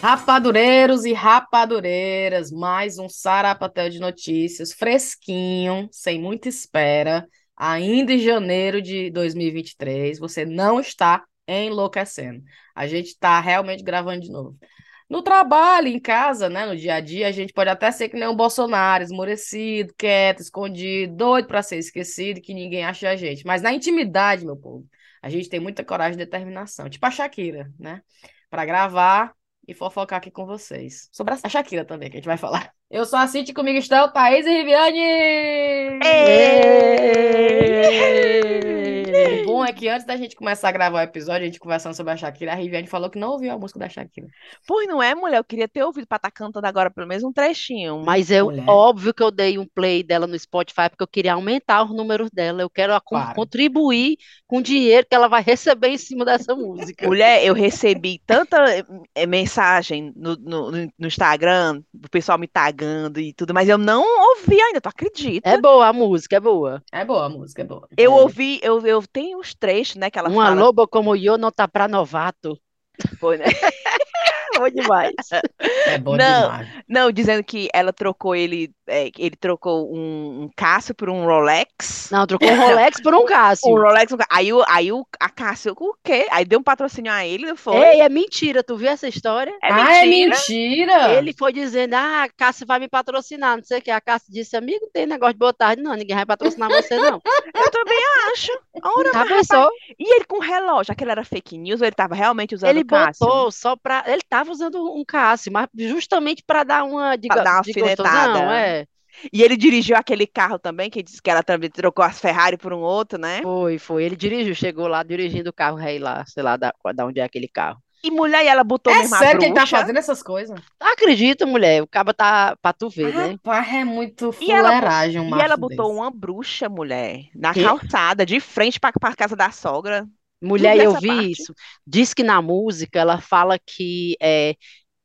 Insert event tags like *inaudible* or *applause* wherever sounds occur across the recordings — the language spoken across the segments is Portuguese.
Rapadureiros e rapadureiras, mais um sarapatel de notícias fresquinho, sem muita espera, ainda em janeiro de 2023. Você não está enlouquecendo. A gente está realmente gravando de novo. No trabalho, em casa, né, no dia a dia, a gente pode até ser que nem um Bolsonaro, esmorecido, quieto, escondido, doido para ser esquecido, que ninguém acha a gente. Mas na intimidade, meu povo, a gente tem muita coragem e determinação. Tipo a Shakira, né? Para gravar e fofocar aqui com vocês. Sobre a Shakira também, que a gente vai falar. Eu sou a City, comigo estão Thaís e Riviane! O bom é que antes da gente começar a gravar o episódio, a gente conversando sobre a Shakira, a Riviane falou que não ouviu a música da Shakira. Pois não é, mulher? Eu queria ter ouvido pra estar cantando agora pelo menos um trechinho. Mas é Mulher. óbvio que eu dei um play dela no Spotify porque eu queria aumentar os números dela. Eu quero a- con- Claro. contribuir com o dinheiro que ela vai receber em cima dessa música. Mulher, eu recebi tanta eh, mensagem no, no- no- no Instagram, do pessoal me tagando e tudo, mas eu não ouvi ainda, tu acredita? É boa a música, é boa. É boa a música, é boa. Eu ouvi, eu, eu tenho os trechos, né, que ela Uma fala. loba como eu não tá pra novato. Foi, né? Foi demais. É boa Não. demais. Não, dizendo que ela trocou ele, é, que ele trocou um, um Cássio por um Rolex. Não, trocou um Rolex por um Um Cássio. Rolex, um... Ca- aí, o- aí o, a Cássio, o quê? Aí deu um patrocínio a ele, não foi? Ei, é mentira, tu viu essa história? É ah, é mentira. mentira! É Ele foi dizendo, ah, a Cássio vai me patrocinar, não sei o que. A Cássio disse, amigo, tem negócio de boa tarde, não, ninguém vai patrocinar você, não. Eu também acho. Ora, Já mas, rapaz, pensou? E ele com relógio, aquele era fake news ou ele tava realmente usando Ele o Cássio? botou só pra. Ele tava usando um Cássio, mas justamente pra dar uma de, Pra go- dar uma de gostosão, alfinetada. é. E ele dirigiu aquele carro também, que disse que ela também trocou as Ferrari por um outro, né? Foi, foi. Ele dirigiu, chegou lá dirigindo o carro rei lá, sei lá da, da onde é aquele carro. E mulher, e ela botou É mesmo a sério que ele tá bruxa. fazendo essas coisas? Acredita, mulher, o cabo tá pra tu ver, né? Rapaz, é muito E ela bo- fuleiragem um E ela macho botou desse. uma bruxa, mulher, na Quê? calçada, de frente pra, pra casa da sogra. Mulher, Não vi eu essa vi parte. isso. Diz que na música ela fala que é,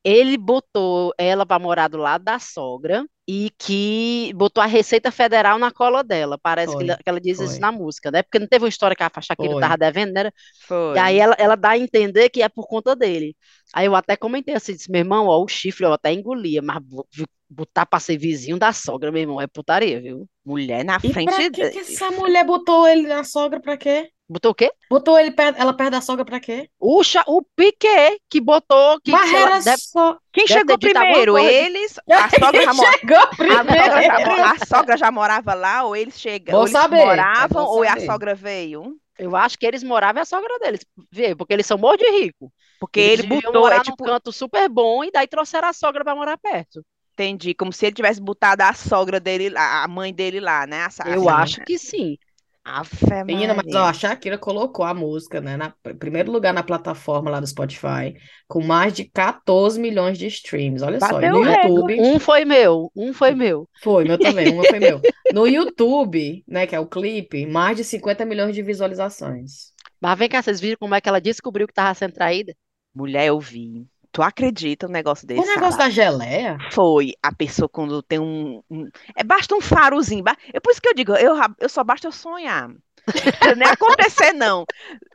ele botou ela pra morar do lado da sogra e que botou a Receita Federal na cola dela. Parece que Foi, ela, que ela diz isso foi. na música, né? Porque não teve uma história que a Shakira Foi. tava devendo, né? Foi. E aí ela, ela dá a entender que é por conta dele. Aí eu até comentei assim, disse, meu irmão, ó, o chifre eu até engolia, mas bo- vi- botar pra ser vizinho da sogra, meu irmão, é putaria, viu? Mulher na E frente. pra que, que de- essa mulher botou ele na sogra pra quê? Botou o quê? Botou ele perto, ela perto da sogra pra quê? O, Cha- o Piquet que botou, que sei lá, Barreira deve- só. Quem deve chegou ter dito alguma primeiro? coisa. Eles? *laughs* A sogra já morava. Chegou A sogra já, mo- primeiro. a sogra já morava lá, ou eles chegam, Bom ou eles né? saber, é bom moravam, ou a saber. sogra veio? eu acho que eles moravam e a sogra deles, vê, porque eles são morros de rico. Porque Eles ele deviam botou, morar é num tipo, canto super bom e daí trouxeram a sogra pra morar perto. entendi, como se ele tivesse botado a sogra dele lá, a mãe dele lá, né? A, Sa- a Eu Sim. Sa- acho que sim. Ave Menina, mas Maria. ó, a Shakira colocou a música, né, na em primeiro lugar na plataforma lá do Spotify, com mais de 14 milhões de streams. Olha só, e Bateu no o YouTube, Um foi meu, um foi meu. *laughs* foi, meu também, uma foi meu. No YouTube, né, que é o clipe, mais de 50 milhões de visualizações. Mas vem cá, vocês viram como é que ela descobriu que tava sendo traída? Mulher, eu vi. Tu acredita um negócio O desse, negócio Sara? da geleia? Foi a pessoa quando tem um, um- é basta um farozinho, ba- é por isso que eu digo, eu, ra- eu só basta eu sonhar. *laughs* Pra nem acontecer não.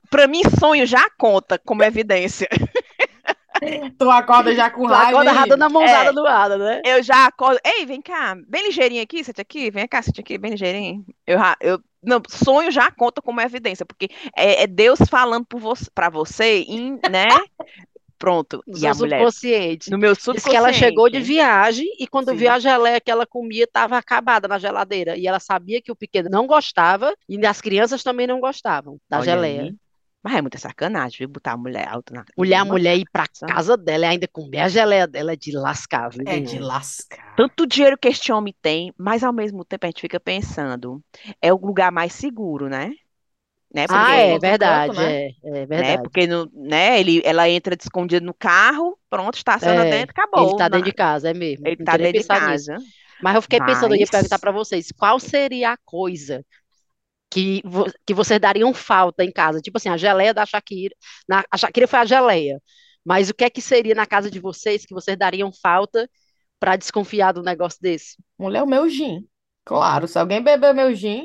Pra mim sonho já conta como evidência. Tu acorda já com Tu acorda já raiva, dando a mãozada É. do lado, né? Eu já acordo. Ei, vem cá, bem ligeirinho aqui, sente aqui, vem cá, sente aqui, bem ligeirinho. Eu, já- eu não, sonho já conta como evidência, porque é, é Deus falando por você, para você, em, né? Pronto. No E a seu mulher subconsciente. no meu Diz que ela chegou de subconsciente. viagem e quando Sim. viu a geleia que ela comia, estava acabada na geladeira. E ela sabia que o pequeno não gostava e as crianças também não gostavam da Olha geleia. aí. Mas é muita sacanagem, viu? Botar a mulher alta na. Mulher, a Uma- mulher ir pra Nossa. casa dela e ainda comer a geleia dela é de lascar, viu, É meu de irmão? lascar. Tanto dinheiro que este homem tem, mas ao mesmo tempo a gente fica pensando, é o lugar mais seguro, né? Né? Sim, Ah, Porque é outro verdade, canto, né? é, é né? verdade. Porque no, né, ele, ela entra escondida no carro, pronto, estaciona É, dentro, Ele acabou. tá na- dentro de casa, é mesmo. ele Não tá tinha nem dentro de pensado nisso. casa. Mas eu fiquei pensando, eu ia perguntar Mas para vocês, qual seria a coisa que, vo- que vocês dariam falta em casa? Tipo assim, a geleia da Shakira. na- a Shakira foi a geleia. Mas o que é que seria na casa de vocês que vocês dariam falta para desconfiar do negócio desse? Mulher, o meu gin. Claro, se alguém beber meu gin,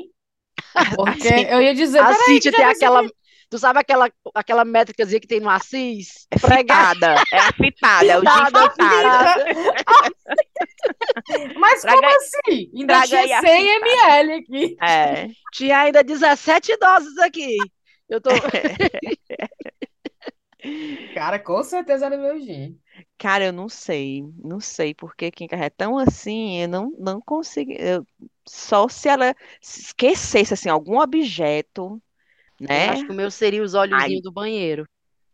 porque assim, *laughs* eu ia dizer, A peraí, que Cintia já tem não sei aquela, Tu sabe aquela, aquela métricazinha que tem no Assis? É fitada, é a fitada, *laughs* é o dia Fitada, fitada. Mas Traga como assim? Ainda traga aí tinha a 100 ml aqui. É. Tinha ainda 17 doses aqui. *laughs* Eu tô. Cara, com certeza era meu gin. Cara, eu não sei, não sei porque Kim Carré é tão assim, eu não, não consigo, eu- só se ela se esquecesse, assim, algum objeto, Eu É? né? acho que o meu seria os óleozinhos Ai. do banheiro.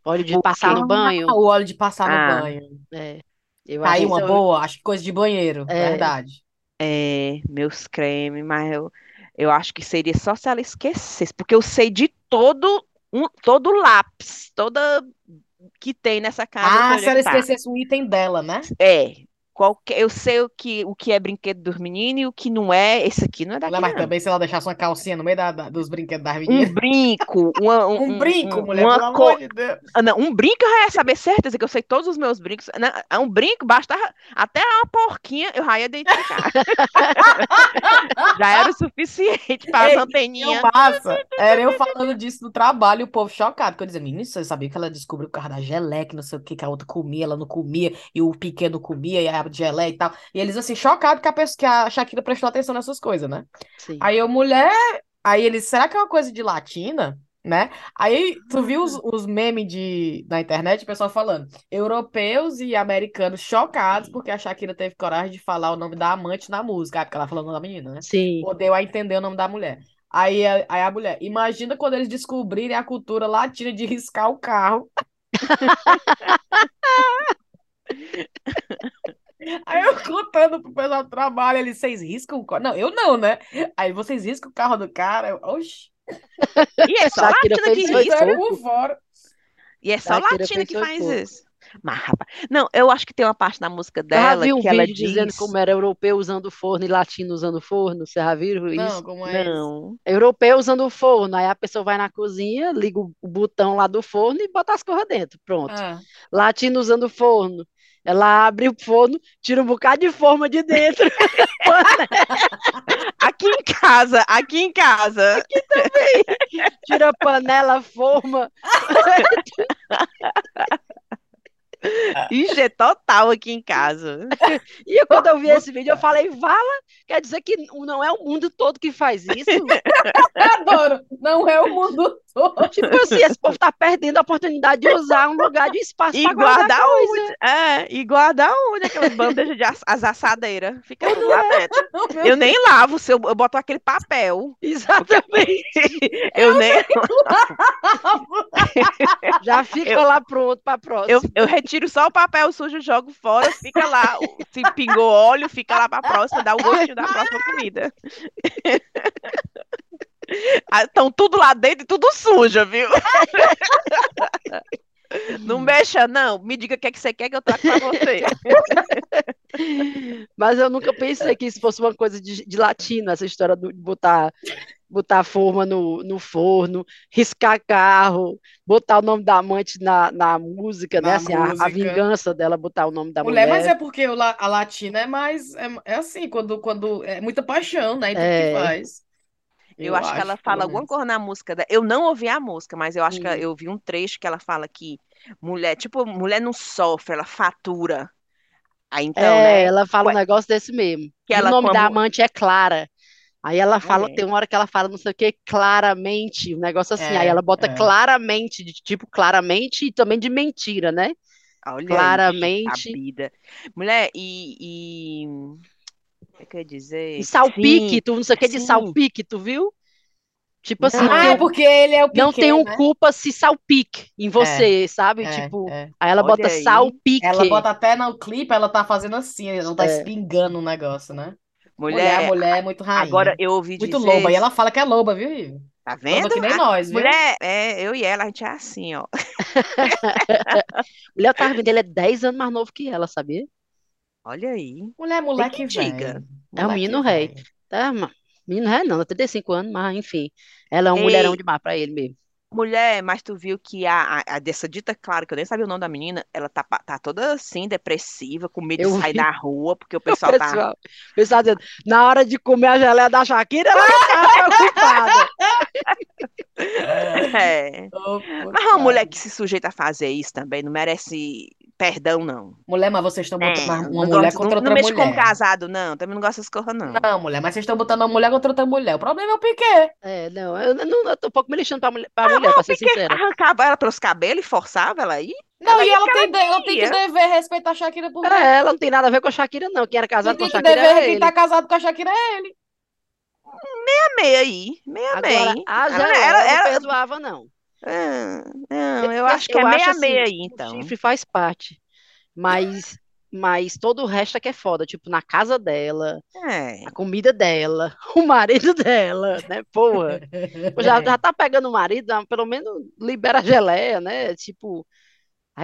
Óleo de Tá passar no Ah, banho. O óleo de passar Ah, no banho. É. Eu Tá aí acho uma que eu- boa, acho que coisa de banheiro, É. verdade. É, meus cremes, mas eu, eu acho que seria só se ela esquecesse, porque eu sei de todo, um, todo lápis, toda que tem nessa casa, eu sei Ah, onde se é ela que tá. esquecesse um item dela, né? É, qualquer, eu sei o que, o que é brinquedo dos meninos e o que não é, esse aqui não é Tá Olha, daqui, mas não. também se ela deixasse uma calcinha no meio da- da- dos brinquedos das meninas. Um brinco, uma, um, *laughs* Um um- brinco, um- mulher, uma pelo co- amor de Deus. Ah, não, um brinco eu já ia saber certeza que eu sei todos os meus brincos. Na- ah, Um brinco, basta até uma porquinha, eu já ia *laughs* identificar. Já era o suficiente para as Ei, anteninhas. Eu massa. Era eu falando disso no trabalho, e o povo chocado. Porque eu dizia, menino, você sabia que ela descobriu o carro da geleia, que não sei o que, que a outra comia, ela não comia, e o pequeno comia, e a geleia e tal. E eles, assim, chocados que a, pessoa, que a Shakira prestou atenção nessas coisas, né? Sim. Aí eu, mulher. Aí eles, será que é uma coisa de latina? Né? Aí tu viu os, os memes de, da internet, o pessoal falando, europeus e americanos chocados porque a Shakira teve coragem de falar o nome da amante na música, Ah, porque ela falou o nome da menina, né? Sim. Ou deu a entender o nome da mulher. Aí, a- aí a mulher, imagina quando eles descobrirem a cultura latina de riscar o *laughs* carro. Aí eu contando pro pessoal do trabalho, eles, vocês riscam o carro? Não, eu não, né? Aí vocês riscam o carro do cara. Eu, Oxi, E é só Shakira latina que fez eu foi risca. tô pouco. por fora. E é só Shakira latina que pensou faz pouco. isso. Mas, rapaz, não, eu acho que tem uma parte na música Eu já dela vi um que ela vídeo dizendo diz. como era europeu usando forno e latino usando forno. Você já viu Não, isso? como é isso? Não. Europeu usando o forno. Aí a pessoa vai na cozinha, liga o o botão lá do forno e bota as coisas dentro. Pronto. Ah. Latino usando o forno. Ela abre o forno, tira um bocado de forma de dentro. *laughs* Aqui em casa, aqui *laughs* em casa. Tira panela, forma. Ixi, é total aqui em casa. E quando eu vi esse vídeo, eu falei, vala, quer dizer que não é o mundo todo que faz *laughs* isso? Adoro. Não é o mundo *laughs* todo. Tipo assim, esse povo tá perdendo a oportunidade de usar um lugar de espaço E para guardar guardar coisa. onde? É, e guardar onde? Aquelas bandejas de ass- as assadeiras. Fica tudo lá dentro. Eu nem lavo, se eu, eu boto aquele papel. Exatamente. *laughs* Eu nem Já fica Eu- lá pronto para eu, próxima. eu retiro só o papel sujo, jogo fora, fica lá. O- Se pingou óleo, fica lá pra próxima, dá o gostinho da próxima comida. *laughs* Estão tudo lá dentro e tudo sujo, viu? Hum. Não mexa, não. Me diga o que, é que você quer que eu trago pra você. Mas eu nunca pensei que isso fosse uma coisa de, de latino, essa história do- de botar, botar a forma no, no forno, riscar carro, botar o nome da amante na, na música, né? Na Assim, a, a música. vingança dela botar o nome da Mulher, mas mulher. é porque o la- a latina é mais. É, é assim, quando, quando. É muita paixão, né? Em tudo que É. faz. Eu acho que ela pelo fala alguma menos. coisa na música. da- Eu não ouvi a música, mas eu acho que ela- Hum. eu vi um trecho que ela fala que mulher, tipo, mulher não sofre, ela fatura. Aí então, É, né? ela fala um Ué, negócio desse mesmo. que E o ela nome da como- amante é Clara. Aí ela fala, é. tem uma hora que ela fala não sei o que, claramente, um negócio assim. Aí É, ela bota é. claramente, de tipo claramente e também de mentira, né? Olha aí, Claramente. sabida. Mulher, e, e... Como é que eu ia dizer? E salpique, Sim, tu não sei o que de sim. salpique, tu viu? Tipo assim, Não. não Ah, tem é um, porque ele é o não tem pequeno, um né? culpa se salpique em você, sabe? É, Tipo, é. aí ela Olha bota aí. salpique. Ela bota até no clipe, ela tá fazendo assim, ela tá É. espingando o negócio, né? Mulher, Mulher, mulher é muito agora rainha. eu ouvi Muito loba. E dizer, ela fala que é loba, viu, Ivo? tá Loba vendo? que nem A- nós, viu? mulher, é, eu e ela, a gente é assim, ó. O Léo tava vendo, ele é 10 anos mais novo que ela, sabia? Olha aí. Mulher, Tem moleque quem diga. velho. É um Moleque menino rei. velho. Tá, ma- menino rei não, 35 anos, mas enfim. Ela é um mulherão Ei, demais pra ele *laughs* mesmo. mulher, mas tu viu que a, a, a dessa dita, claro, que eu nem sabia o nome da menina, ela tá, pa- tá toda assim, depressiva, com medo de Eu sair vi na rua, porque o o pessoal tá. *laughs* pessoal, o pessoal Ah! dizendo, na hora de comer a geleia da Shakira, ela tá preocupada. É. Opa, Mas uma mulher cara. que se sujeita a fazer isso também não merece perdão, não. Mulher, mas vocês estão botando É, uma- uma não mulher gosto- contra não, outra não mexe com mulher. casado, não. Também não gosto dessas coisas, não. Não, mulher, mas vocês estão botando uma mulher contra outra mulher. O problema é o Piquet. É, não, eu, não, eu tô um pouco me lixando pra mulher, Ah, pra mulher, pra ser sincera. Arrancava ela pelos cabelos e forçava ela aí. Não, Ela e é ela tem, de- ela tem que queria. dever respeitar a Shakira por É, ela não tem nada a ver com a Shakira, não. Quem era Quem casado tem com a que Shakira é dever era quem ele. tá casado com a Shakira é ele. É Meia aí, meia Agora, meia. a Ela- Jalé ela- não ela- perdoava, não. Ah, não, eu Eu- acho que eu é acho meia assim, meia aí, O então. chifre faz parte, mas, mas todo o resto é que é foda. Tipo, na casa dela, É. a comida dela, *laughs* o marido dela, né? Porra. Pô, É. Já, já tá pegando o marido, ah, pelo menos libera a geleia, né? Tipo,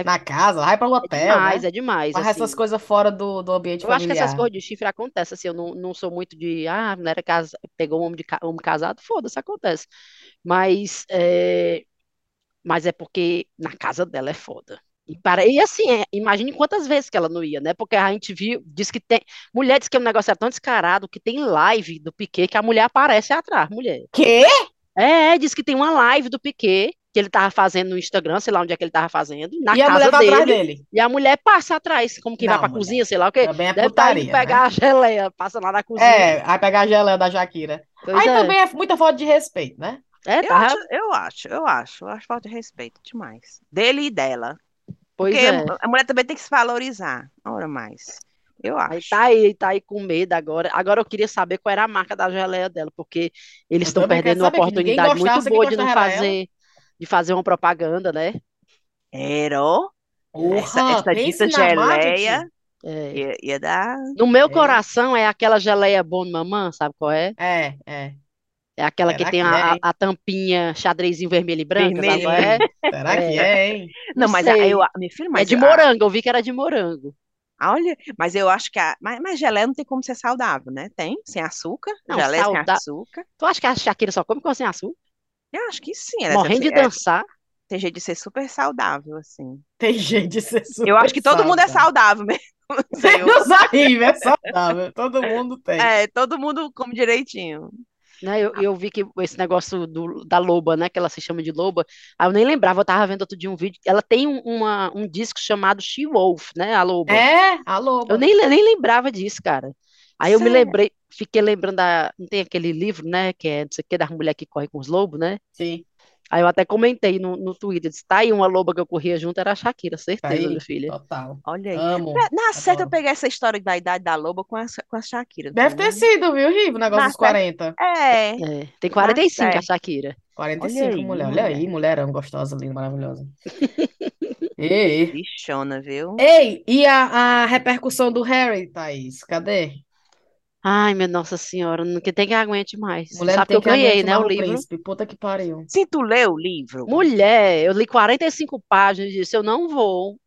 Na casa, vai para o é hotel, né? demais, é demais, Faz essas assim. coisas fora do, do ambiente Eu acho que essas familiar. coisas de chifre acontecem, assim, eu não, não sou muito de, ah, não era casa, pegou um homem, de, ca- homem casado, foda-se, acontece. Mas é, mas é porque na casa dela é foda. E, para, e assim, é, imagine quantas vezes que ela não ia, né? Porque a gente viu, diz que tem, mulher diz que o negócio é tão descarado que tem live do Piquet que a mulher aparece atrás, mulher. Quê? É, diz que tem uma live do Piquet que ele tava fazendo no Instagram, sei lá onde é que ele tava fazendo, na E a mulher casa tá atrás dele. dele. E a mulher passa atrás, como quem vai Não, pra mulher. cozinha, sei lá o quê. Também é Deve estar indo putaria, né? pegar a geleia, passa lá na cozinha. É, aí pegar a geleia da Shakira. Pois Aí é. também é muita falta de respeito, né? É, Eu tá, acho, eu acho, eu acho, eu acho falta de respeito demais. Dele e dela. pois Porque é. a mulher também tem que se valorizar. Ora mais. Eu Aí acho. tá aí, tá aí com medo agora. Agora eu queria saber qual era a marca da geleia dela, porque eles Eu estão também quero perdendo uma saber, que ninguém oportunidade muito gostasse, quem boa de não gostava era ela. fazer, de fazer uma propaganda, né? Era. Essa, Porra, essa pense dita na geleia marketing. É. ia, ia dar. No meu É. coração é aquela geleia bom mamãe, sabe qual é? É, é. É aquela que Será tem que a, é, a- hein? a tampinha xadrezinho vermelho e branca, sabe qual é? Vermelhinho. Será que é, hein? Não, Não mas a- sei. eu, minha filha, É mas de a- morango, eu vi que era de morango. a- olha, mas eu acho que a, mas, mas geleia não tem como ser saudável, né? Tem, sem açúcar, Não, geleia sem sauda- açúcar. Tu acha que a Shakira só come com sem açúcar? Eu acho que sim, ela Morrendo de deve ser- é, dançar. tem jeito de ser super saudável assim. Tem gente de ser Eu acho que todo mundo é saudável. saudável mesmo. *laughs* Não sei, *laughs* eu- Menos a Riva, é saudável. Todo mundo tem. é, todo mundo come direitinho. Né, eu, eu vi que esse negócio do- da loba, né? Que ela se chama de loba. Aí eu nem lembrava, eu tava vendo outro dia um vídeo. Ela tem um, uma- um disco chamado She-Wolf, né? A loba. É, a loba. Eu nem, le- nem lembrava disso, cara. Aí eu me Sério? lembrei, fiquei lembrando da. Não tem aquele livro, né? Que é não sei o que, da mulher que corre com os lobos, né? Sim, Aí eu até comentei no, no Twitter, disse, tá aí uma loba que eu corria junto, era a Shakira, tá certeza, minha aí. filha. Total. Olha aí. Amo. Na- Na certa eu É, Adoro. peguei essa história da idade da loba com a, com a Shakira. Deve ter sido, viu, Riva? O negócio Na dos 40. É, É, Tá tem na 45 a certa. Shakira. Olha 45, aí, mulher. Olha mulher. aí, mulherão gostosa, linda, *laughs* maravilhosa. Ei, É, Bichona, viu? ei, e a, a repercussão do Harry, Thaís? Cadê? Ai, minha Nossa Senhora, não- que tem que aguente mais. Tu Mulher não sabe que tem eu que ganhei, aguente né, mais o o livro. príncipe. Puta que pariu. Se tu lê o livro, Mulher, eu li 45 páginas e disse, eu não vou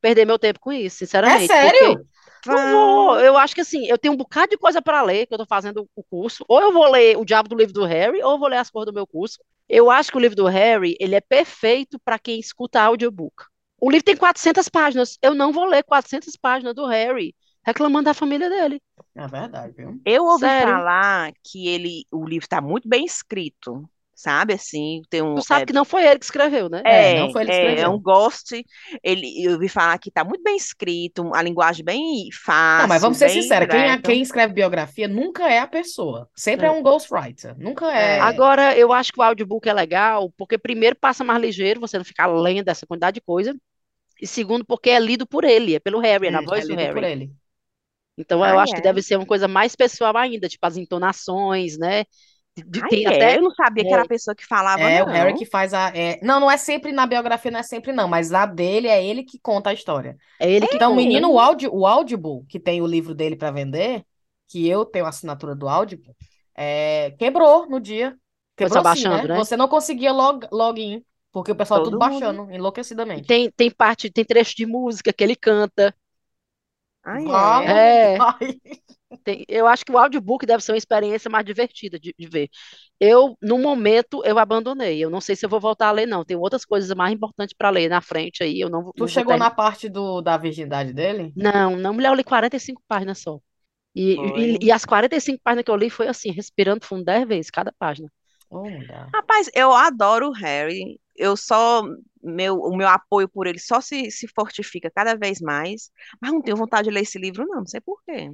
perder meu tempo com isso, É sinceramente, porque sério? não vou. Eu acho que assim, eu tenho um bocado de coisa para ler, que eu tô fazendo o curso. Ou eu vou ler O Diabo do Livro do Harry, ou eu vou ler as coisas do meu curso. Eu acho que o livro do Harry, ele é perfeito para quem escuta audiobook. O livro tem 400 páginas. Eu não vou ler 400 páginas do Harry reclamando da família dele. É verdade, viu? Eu ouvi Sério. falar que ele, o livro está muito bem escrito, sabe? Assim, tem um, Tu sabe que não foi ele que escreveu, né? É, é, não foi ele que é, escreveu. é um ghost. Ele, eu ouvi falar que está muito bem escrito, a linguagem bem Não, mas fácil, vamos ser bem sinceros, quem, é direta. quem escreve biografia nunca é a pessoa. Sempre é, É. um ghostwriter. Nunca é. É. Agora, eu acho que o audiobook é legal, porque primeiro passa mais ligeiro, você não fica lendo essa quantidade de coisa, e segundo, porque é lido por ele, é pelo Harry, é na Hum, é voz do lido por Harry. ele. Ah, Então, eu Ai, acho que é? deve ser uma coisa mais pessoal ainda, tipo as entonações, né? De- Ah, Ai, tem é? até. Eu não sabia que era é. a pessoa que falava, É o Harry não. que faz a. é- Não, não é sempre na biografia, não é sempre não, mas a dele é ele que conta a história. É ele que Então, conta. menino, o áudio, o Audible, que tem o livro dele para vender, que eu tenho a assinatura do Audible, é, quebrou no dia. Foi Quebrou só sim, né? baixando, né? Você não conseguia log, login, porque o pessoal Todo tudo mundo. baixando, E enlouquecidamente. tem, tem parte, tem trecho de música que ele canta. Ai, é? Vale, *laughs* É, vai. tem- eu acho que o audiobook deve ser uma experiência mais divertida de, de ver. Eu, no momento, eu abandonei. Eu não sei se eu vou voltar a ler, não. Tem outras coisas mais importantes para ler na frente aí. Eu não, vou- Tu não vou chegou terminar. na parte do, da virgindade dele? Não, não, mulher, eu li 45 páginas só. E, e, Foi. *laughs* e as 45 páginas que eu li foi assim, respirando fundo 10 vezes cada página. Oh, não dá. Rapaz, eu adoro o Harry. Eu só. Meu, o meu apoio por ele só se, se fortifica cada vez mais. Mas não tenho vontade de ler esse livro, não. Não sei por quê.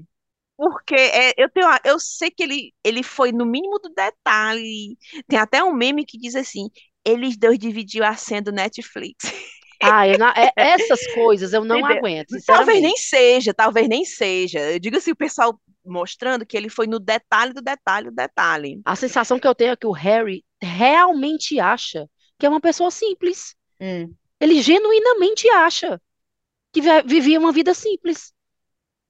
Porque é, eu tenho, a- eu sei que ele, ele foi no mínimo do detalhe. Tem até um meme que diz assim: eles dois dividiam a senha do Netflix. *laughs* Ah, eu não- é- essas coisas eu não Entendeu? aguento, Talvez nem sinceramente. seja, talvez nem seja. Eu digo assim, o pessoal mostrando que ele foi no detalhe do detalhe do detalhe. A sensação que eu tenho é que o Harry realmente acha que é uma pessoa simples. Hum. Ele genuinamente acha que ve- vivia uma vida simples.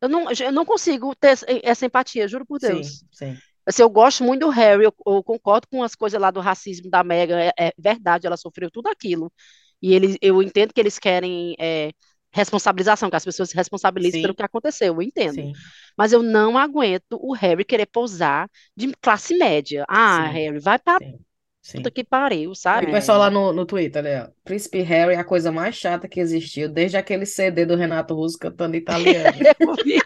Eu não, eu não consigo ter essa essa empatia, juro por Deus. Sim, sim. Assim, eu gosto muito do Harry, eu, eu concordo com as coisas lá do racismo da Meghan, é, é verdade, ela sofreu tudo aquilo. E eles, eu entendo que eles querem é, responsabilização, que as pessoas se responsabilizem pelo Sim, que aconteceu, eu entendo. sim, Mas eu não aguento o Harry querer posar de classe média. Ah, sim, Harry, vai pra sim, sim. puta que pariu, E o sabe? pessoal É. lá no, no Twitter, né? ó, Príncipe Harry é a coisa mais chata que existiu, desde aquele CD do Renato Russo cantando *laughs* italiano. Eu vi.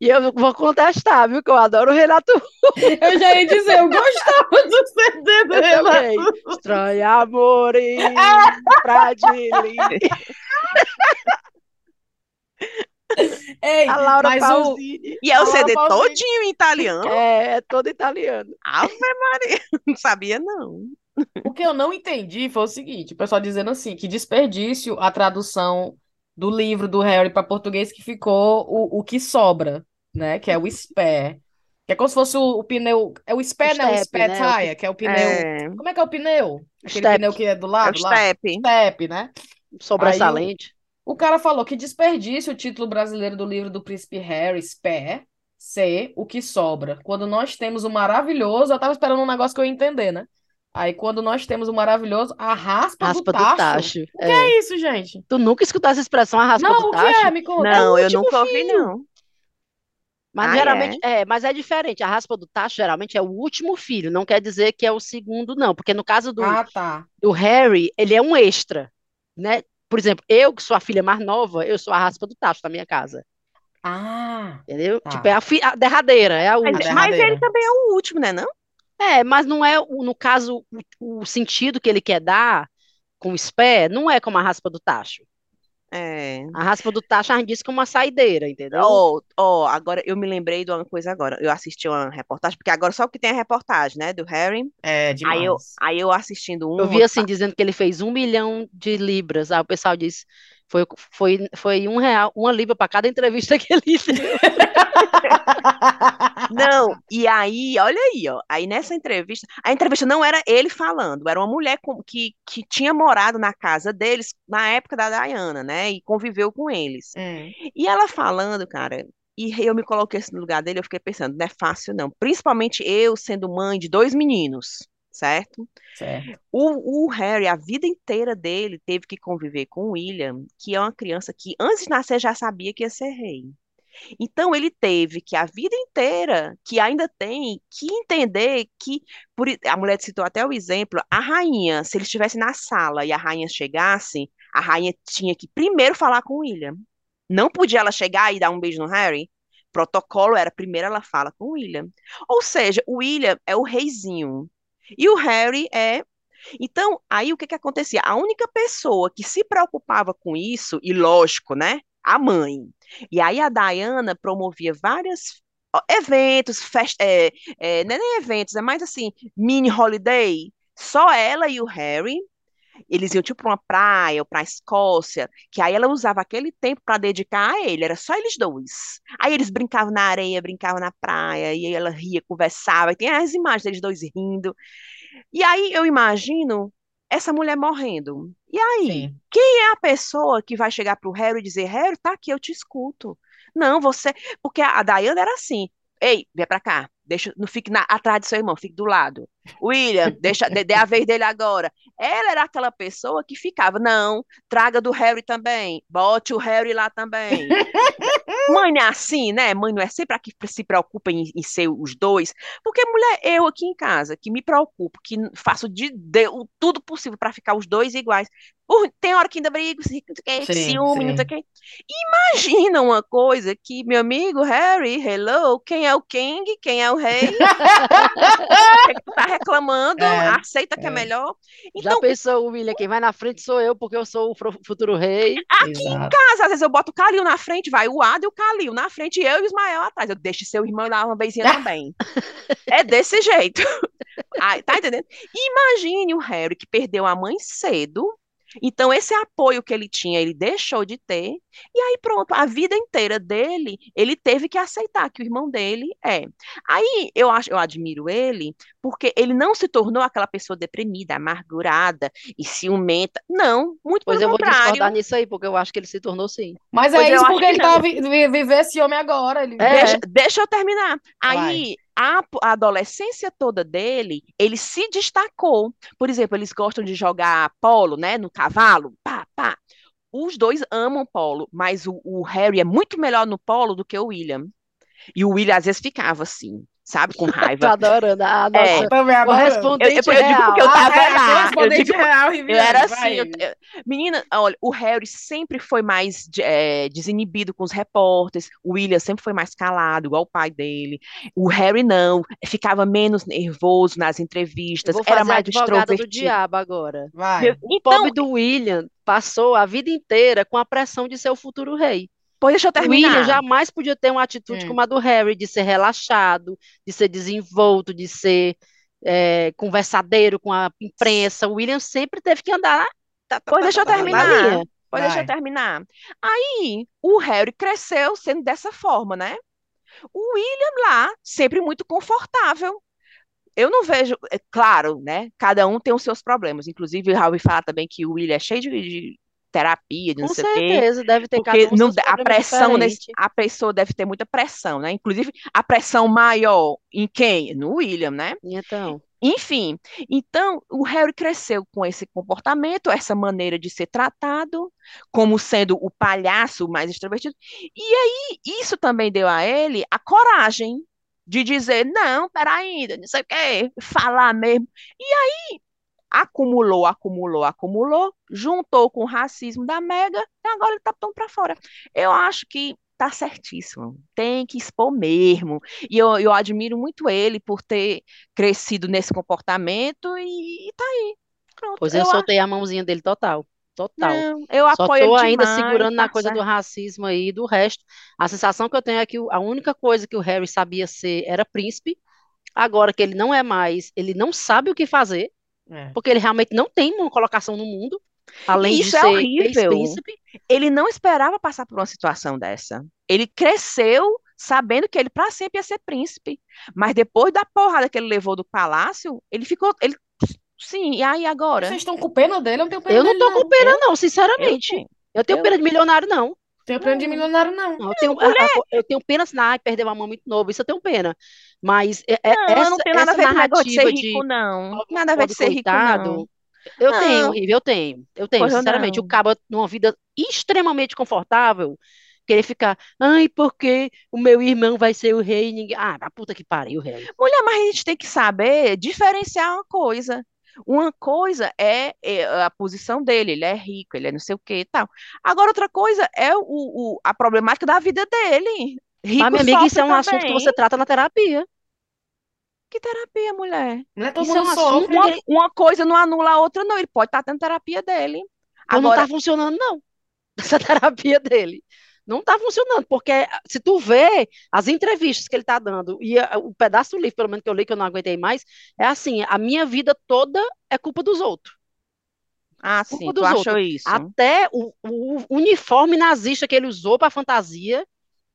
E eu vou contestar, viu? Que eu adoro *laughs* o Renato. Eu já ia dizer, eu gostava do CD do Eu Renato também. Russo. Estranho amores, *laughs* fragile. Ei, A Laura mas o. Pausini. E é A o Laura CD Pausini. todinho em italiano. *laughs* É, é todo italiano. Ave Maria, não sabia não. O que eu não entendi foi o seguinte: o pessoal dizendo assim, que desperdício a tradução do livro do Harry para português que ficou o, o que sobra, né? Que é o spare. Que é como se fosse o, o pneu. É o O spare, né? O step, spare né? O que... tire, que é o pneu. É, Como é que é o pneu? Aquele Step, pneu que é do é o lado lá? step. Step, né? Aí o, sobressalente. o cara falou que desperdício o título brasileiro do livro do Príncipe Harry, Spare, ser o que sobra. Quando nós temos o maravilhoso, eu tava esperando um negócio que eu ia entender, né? Aí quando nós temos o maravilhoso, a raspa do Raspa do tacho. tacho. O que É. é isso, gente? Tu nunca escutou essa expressão, a raspa do Não, o que tacho? é? Me conta. É o Não, eu último nunca ouvi fio. não. Mas Ah, geralmente é? é, mas é diferente. A raspa do tacho geralmente é o último filho, não quer dizer que é o segundo, não, porque no caso do, Ah, tá. do Harry, ele é um extra, né? Por exemplo, eu, que sou a filha mais nova, eu sou a raspa do tacho na minha casa, Ah, entendeu? Tipo, é tá. a, fi- a derradeira, é a Mas, A última. mas ele derradeira. também é o último, né, não? É, mas não é, o- no caso, o, o sentido que ele quer dar com o spé, não é como a raspa do tacho. É. A raspa do tacho, a diz como uma saideira, entendeu? Oh, oh, agora eu me lembrei de uma coisa agora. Eu assisti uma reportagem, porque agora só o que tem é reportagem, né, do Harry. É Aí eu, *laughs* demais. aí eu assistindo Eu uma, vi assim, dizendo que ele fez um milhão de libras. Aí o pessoal disse, foi, foi, foi um real, uma libra para cada entrevista *laughs* que ele deu. Não, e aí, olha aí, ó. Aí nessa entrevista, a entrevista não era ele falando, era uma mulher com- que, que tinha morado na casa deles na época da Diana, né? E conviveu com eles. Hum, E ela falando, cara, e eu me coloquei assim no lugar dele, eu fiquei pensando, não é fácil não. Principalmente eu sendo mãe de dois meninos, certo? certo. O, o Harry, a vida inteira dele, teve que conviver com o William, que é uma criança que antes de nascer já sabia que ia ser rei. Então ele teve que a vida inteira, que ainda tem, que entender que por i- a mulher citou até o exemplo, a rainha, se ele estivesse na sala e a rainha chegasse, a rainha tinha que primeiro falar com o William. Não podia ela chegar e dar um beijo no Harry. Protocolo era primeiro ela fala com o William. Ou seja, o William é o reizinho e o Harry é então, aí o que que acontecia? A única pessoa que se preocupava com isso, e lógico, né? A mãe. E aí a Diana promovia vários eventos, fest... é, é, não é nem eventos, é mais assim, mini holiday. Só ela e o Harry, eles iam tipo para uma praia ou para a Escócia, que aí ela usava aquele tempo para dedicar a ele, era só eles dois. Aí eles brincavam na areia, brincavam na praia, e ela ria, conversava, e tem as imagens deles dois rindo. E aí eu imagino essa mulher morrendo. E aí, Sim. quem é a pessoa que vai chegar pro Harry e dizer, Harry, tá aqui, eu te escuto. Não, você, porque a a Diana era assim. Ei, vem pra cá. Deixa, não fique na- atrás do seu irmão, fique do lado. William, deixa, dê, dê a vez dele agora. Ela era aquela pessoa que ficava, não, traga do Harry também, bote o Harry lá também. Mãe é assim, né? Mãe não é sempre a que se preocupa em, em ser os dois. Porque, mulher, eu aqui em casa, que me preocupo, que faço de, de o tudo possível para ficar os dois iguais. Por- Tem hora que ainda brigo, se- não sei o quê, Sim, ciúme, não sim. sei o quê. Imagina uma coisa que, meu amigo Harry, hello, quem é o King, quem é o rei? que tu tá reclamando, É, aceita que é é. melhor. Já Então, pensou, William, quem vai na frente sou eu, porque eu sou o fro- futuro É rei. Exato. mas às vezes eu boto o Calil na frente, vai o Ada e o Calil na frente, e eu e o Ismael atrás. Eu deixo seu irmão lá uma bezinha *laughs* também. É desse jeito. *laughs* Ai, tá entendendo? Imagine o Harry que perdeu a mãe cedo. Então, esse apoio que ele tinha, ele deixou de ter. E aí, pronto, a vida inteira dele, ele teve que aceitar que o irmão dele é. Aí, eu acho, eu admiro ele, porque ele não se tornou aquela pessoa deprimida, amargurada e ciumenta. Não, muito Pois pelo eu vou contrário. discordar nisso aí, porque eu acho que ele se tornou sim. Mas Pois é eu isso acho porque que ele não. tá vi vi- viver esse homem agora. Ele É. Deixa, deixa eu terminar. Vai. Aí, a, a adolescência toda dele, ele se destacou. Por exemplo, eles gostam de jogar polo, né, no cavalo, pá, pá. Os dois amam polo, mas o, o Harry é muito melhor no polo do que o William. E o William às vezes ficava assim, sabe, com Tô *laughs* raiva. adorando. A É. Eu nossa também adoro. Eu, eu, eu correspondente digo real. que eu Ah, tava é, a lá. Eu correspondente digo real, eu Riviane, era assim, vai. eu- eu- menina, olha, o Harry sempre foi mais de- eh, desinibido com os repórteres, o William sempre foi mais calado, igual o pai dele. O Harry não, ficava menos nervoso nas Eu entrevistas, vou era fazer a mais advogada do extrovertido. diabo agora. Vai. O Então, pobre do William passou a vida inteira com a pressão de ser o futuro rei. pois deixa eu O William terminar. jamais podia ter uma atitude Hum. como a do Harry, de ser relaxado, de ser desenvolto, de ser é, conversadeiro com a imprensa. O William sempre teve que andar na, tá, tá, Pois tá, deixa eu tá, tá, na terminar. linha. Pois deixa eu Vai. terminar. Aí, o Harry cresceu sendo dessa forma, né? O William lá, sempre muito confortável. Eu não vejo, é claro, né? Cada um tem os seus problemas. Inclusive, o Raul fala também que o William é cheio de, de terapia, de não Com sei o quê. certeza, deve ter cada Porque um não, seus dá- a problemas pressão nesse, diferentes. a pessoa deve ter muita pressão, né? Inclusive, a pressão maior em quem? No William, né? E Então, Enfim, então o Harry cresceu com esse comportamento, essa maneira de ser tratado, como sendo o palhaço mais extrovertido. E aí, isso também deu a ele a coragem de dizer, não, peraí, não sei o quê, falar mesmo. E aí, acumulou, acumulou, acumulou, juntou com o racismo da Mega, e agora ele tá pondo pra fora. Eu acho que tá certíssimo, tem que expor mesmo. E eu, eu admiro muito ele por ter crescido nesse comportamento e, e tá aí. Pronto, pois eu eu, a- soltei a mãozinha dele total, total. não, eu Só apoio ele tô ainda demais, segurando na tá coisa do certo. racismo aí, e do resto. A sensação que eu tenho é que o- a única coisa que o Harry sabia ser era príncipe. Agora que ele não é mais, ele não sabe o que fazer, É. porque ele realmente não tem uma colocação no mundo, além E de isso é ser horrível. ex-príncipe. Ele não esperava passar por uma situação dessa. Ele cresceu sabendo que ele para sempre ia ser príncipe, mas depois da porrada que ele levou do palácio, ele ficou, ele, sim, e aí agora? Vocês estão com pena dele? Eu não tenho pena Eu não dele, tô com não. pena, não, É Eu sinceramente. tenho, Eu tenho eu pena de milionário, não. Tenho pena de não. é. milionário, não. Não, eu tenho, a- a- eu tenho pena, assim, ai, perdeu uma mão muito nova, isso eu tenho pena. Mas é- é- Não, eu não essa, tenho nada a essa ver com o negócio de ser narrativa rico, de não. pobre, Nada a ver pobre de ser rico, não. coitado, eu tenho, Não, Rive, eu tenho, eu tenho, pois eu sinceramente. O não. cabo numa vida extremamente confortável, querer ficar, ai, porque o meu irmão vai ser o rei e ninguém. Ah, a puta que pariu, Harry. Mulher, mas a gente tem que saber diferenciar uma coisa. Uma coisa é, é, a posição dele, ele é rico, ele é não sei o que e tal. Agora, outra coisa é o, o- a problemática da vida dele. Mas, Rico minha amiga, isso sofre é um assunto que também. você trata na terapia. Que terapia, mulher? Mulher, todo Isso é mundo um assunto sofre. Então, Uma, que uma coisa não anula a outra, não. Ele pode estar tendo terapia dele. Pois não Agora, tá funcionando, não. *laughs* Essa terapia dele. Não tá funcionando, porque se tu vê as entrevistas que ele tá dando, e a- o pedaço do livro, pelo menos que eu li, que eu não aguentei mais, é assim, a minha vida toda é culpa dos outros. ah, Culpa sim, tu dos achou outros. isso? Até o, o uniforme nazista que ele usou para fantasia,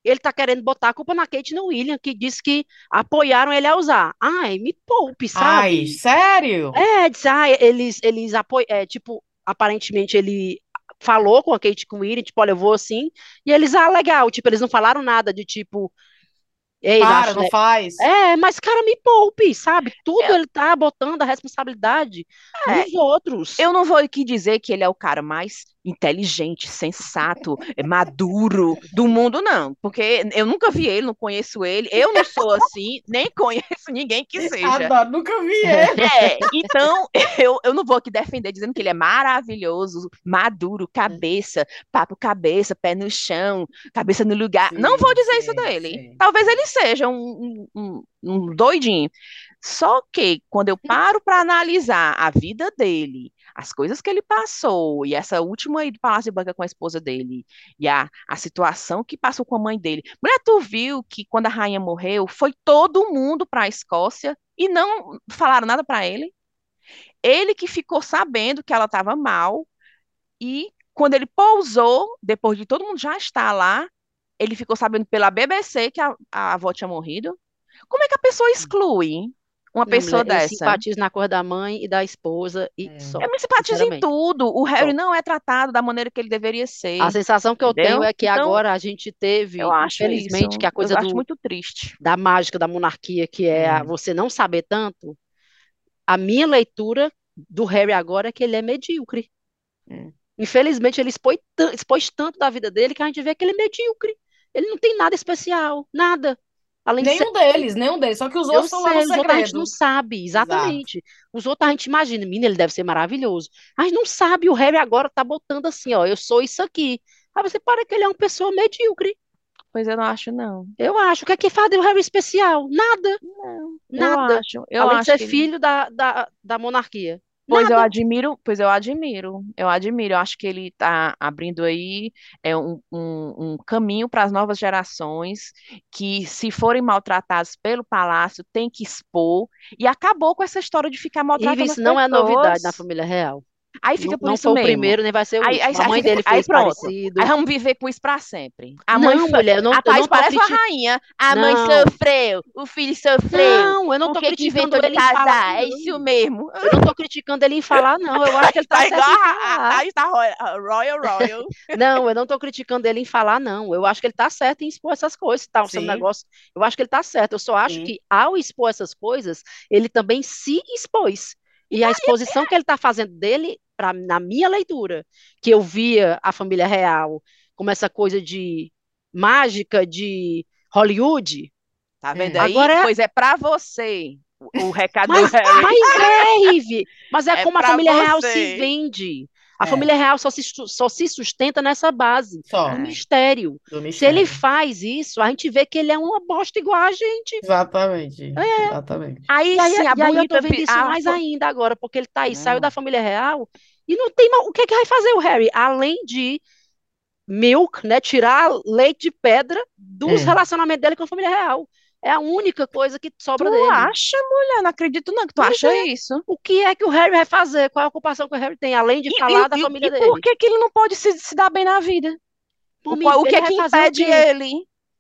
ele tá querendo botar a culpa na Kate e no William, que disse que apoiaram ele a usar. Ai, me poupe, Ai, sabe? sério? É, disse, ah, eles, eles apoiam, é, tipo, aparentemente ele falou com a Kate e com o William, tipo, olha, eu vou assim, e eles, ah, legal, tipo, eles não falaram nada de, tipo, Ei, Para, acho, não faz. É, mas cara, me poupe, sabe? Tudo Eu- ele tá botando a responsabilidade É, nos outros. Eu não vou aqui dizer que ele é o cara mais inteligente, sensato, eh, maduro do mundo, não. Porque eu nunca vi ele, não conheço ele. Eu não sou assim, nem conheço ninguém *laughs* que seja. Adoro, nunca vi ele. É, então *laughs* eu, eu não vou aqui defender dizendo que ele é maravilhoso, maduro, cabeça, papo cabeça, pé no chão, cabeça no lugar. Não vou Sim, dizer isso sim, dele. sim. Talvez ele seja um, um, um- um doidinho. Só que quando eu paro para analisar a vida dele, as coisas que ele passou, e essa última aí do Palácio de Banca com a esposa dele, e a, a situação que passou com a mãe dele. Mulher, tu viu que quando a rainha morreu, foi todo mundo para a Escócia e não falaram nada para ele? Ele que ficou sabendo que ela estava mal e quando ele pousou, depois de todo mundo já estar lá, ele ficou sabendo pela BBC que a, a avó tinha morrido. Como é que a pessoa exclui uma Não, pessoa mulher, eu dessa? simpatizo na cor da mãe e da esposa e É. só. Eu me simpatizo em sinceramente. tudo. O Harry Só. não é tratado da maneira que ele deveria ser. A sensação que eu tenho Entendeu? é que Então, agora a gente teve, Eu acho infelizmente, isso. que a coisa eu acho do- muito triste. da mágica da monarquia, que é a É. você não saber tanto, a minha leitura do Harry agora é que ele é medíocre. É. Infelizmente, ele expôs, tan- expôs tanto da vida dele que a gente vê que ele é medíocre. Ele não tem nada especial, nada. Além de ser Nenhum deles, nenhum deles. Só que os um Eu outros estão lá sei, no os outros a gente não segredo. sabe, exatamente. Os outros a gente imagina, menina, ele deve ser maravilhoso. A gente não sabe, o Harry agora tá botando assim, ó, eu sou isso aqui. Aí você para que ele é uma pessoa medíocre. Pois eu não acho, não. Eu acho. O que é que faz do Harry especial? Nada, Não, eu nada. acho. Eu Além de acho ser que ele- filho da, da, da monarquia. Pois eu Nada. admiro, pois eu admiro, eu admiro. Eu acho que ele está abrindo aí é, um, um, um caminho para as novas gerações que, se forem maltratados pelo palácio, tem que expor. E acabou com essa história de ficar E maltratando isso as não é novidade na pessoas. família real. Aí Não, fica por não isso foi o mesmo. primeiro, nem vai ser o Aí, aí, último. A aí mãe fica- dele aí fez pronto. parecido. Aí vamos viver com isso para sempre. A mãe Não, so- mulher, eu não, a eu Thaís não tô parece uma criticando. rainha. A mãe Não. sofreu, o filho sofreu. Não, eu não tô Por que que criticando inventou de ele em falar, casar? É não. isso mesmo. Eu não tô criticando ele em falar, não. Eu acho que ele *laughs* tá Tá certo igual em a, a, falar. a está Roy- a Royal Royal. Não, eu não tô criticando ele em falar, não. Eu acho que ele tá certo em expor essas coisas, tá? O seu Sim. negócio. Eu acho que ele tá certo. Eu só acho Sim. que ao expor essas coisas, ele também se expôs. E a exposição que ele tá fazendo dele, pra, na minha leitura, que eu via a família real como essa coisa de mágica de Hollywood. Tá vendo É. aí? Agora é- Pois é pra você o, o recado do Mas, Harry. mas é, Ive, mas é, É como a pra família real se você. vende. A É. família real só se, su- só se sustenta nessa base Só, do É. mistério. do Se ele mistério. faz isso, a gente vê que ele é uma bosta igual a gente. É, Exatamente, exatamente. E Aí aí, sim, a e aí eu tô bonita. vendo pe- isso a- É. mais ainda agora, porque ele tá aí, saiu da Não. família real e não tem mais, o que é que vai fazer o Harry? Além de milk, né, tirar leite de pedra dos É. relacionamentos dele com a família real. É a única coisa que Tu sobra dele. acha, mulher? Não acredito não que tu Pois acha isso. O que é que o Harry vai fazer? Qual é a ocupação que o Harry tem, além de E, falar e- da e- família e por dele? que que ele não pode se, se dar bem na vida? O O, menino qual- o que é vai que fazer o impede quê? ele?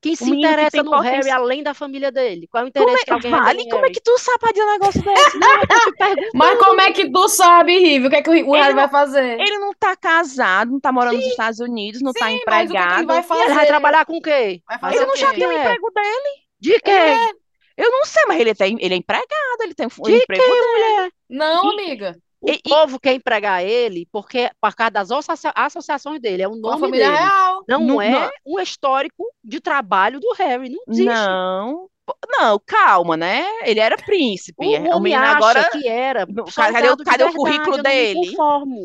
Quem O se menino que interessa tem no Harry, potencial. além da família dele? Qual é o Como é, interesse que alguém vai ter vale, no como é Harry? que tu sapadia um *laughs* negócio desse? Não, eu tô te perguntando. Mas como é que tu sabe, Rive? O que é que o o Ele Harry não- vai fazer? Ele não tá casado, não tá morando nos Estados Unidos, não tá Sim, mas o que é que ele empregado. vai E ele vai fazer? trabalhar com quem? Vai Vai fazer ser Ele o o é? não é. quê? já tem o quê? É emprego dele? De quem? Eu não sei, mas ele tem, ele é empregado, ele tem um De emprego quem, dele. mulher? Não, E- amiga. O E- e- povo quer empregar ele porque por causa das associa- associações dele, é o Com a nome família dele. real. Não Não, é não. um histórico de trabalho do Harry, não existe. Não, Pô, não, calma, né? Ele era príncipe. é, O O homem menino acha agora. que era no- ca- Cadê, o- soldado de cadê o verdade, currículo eu não me dele? conformo.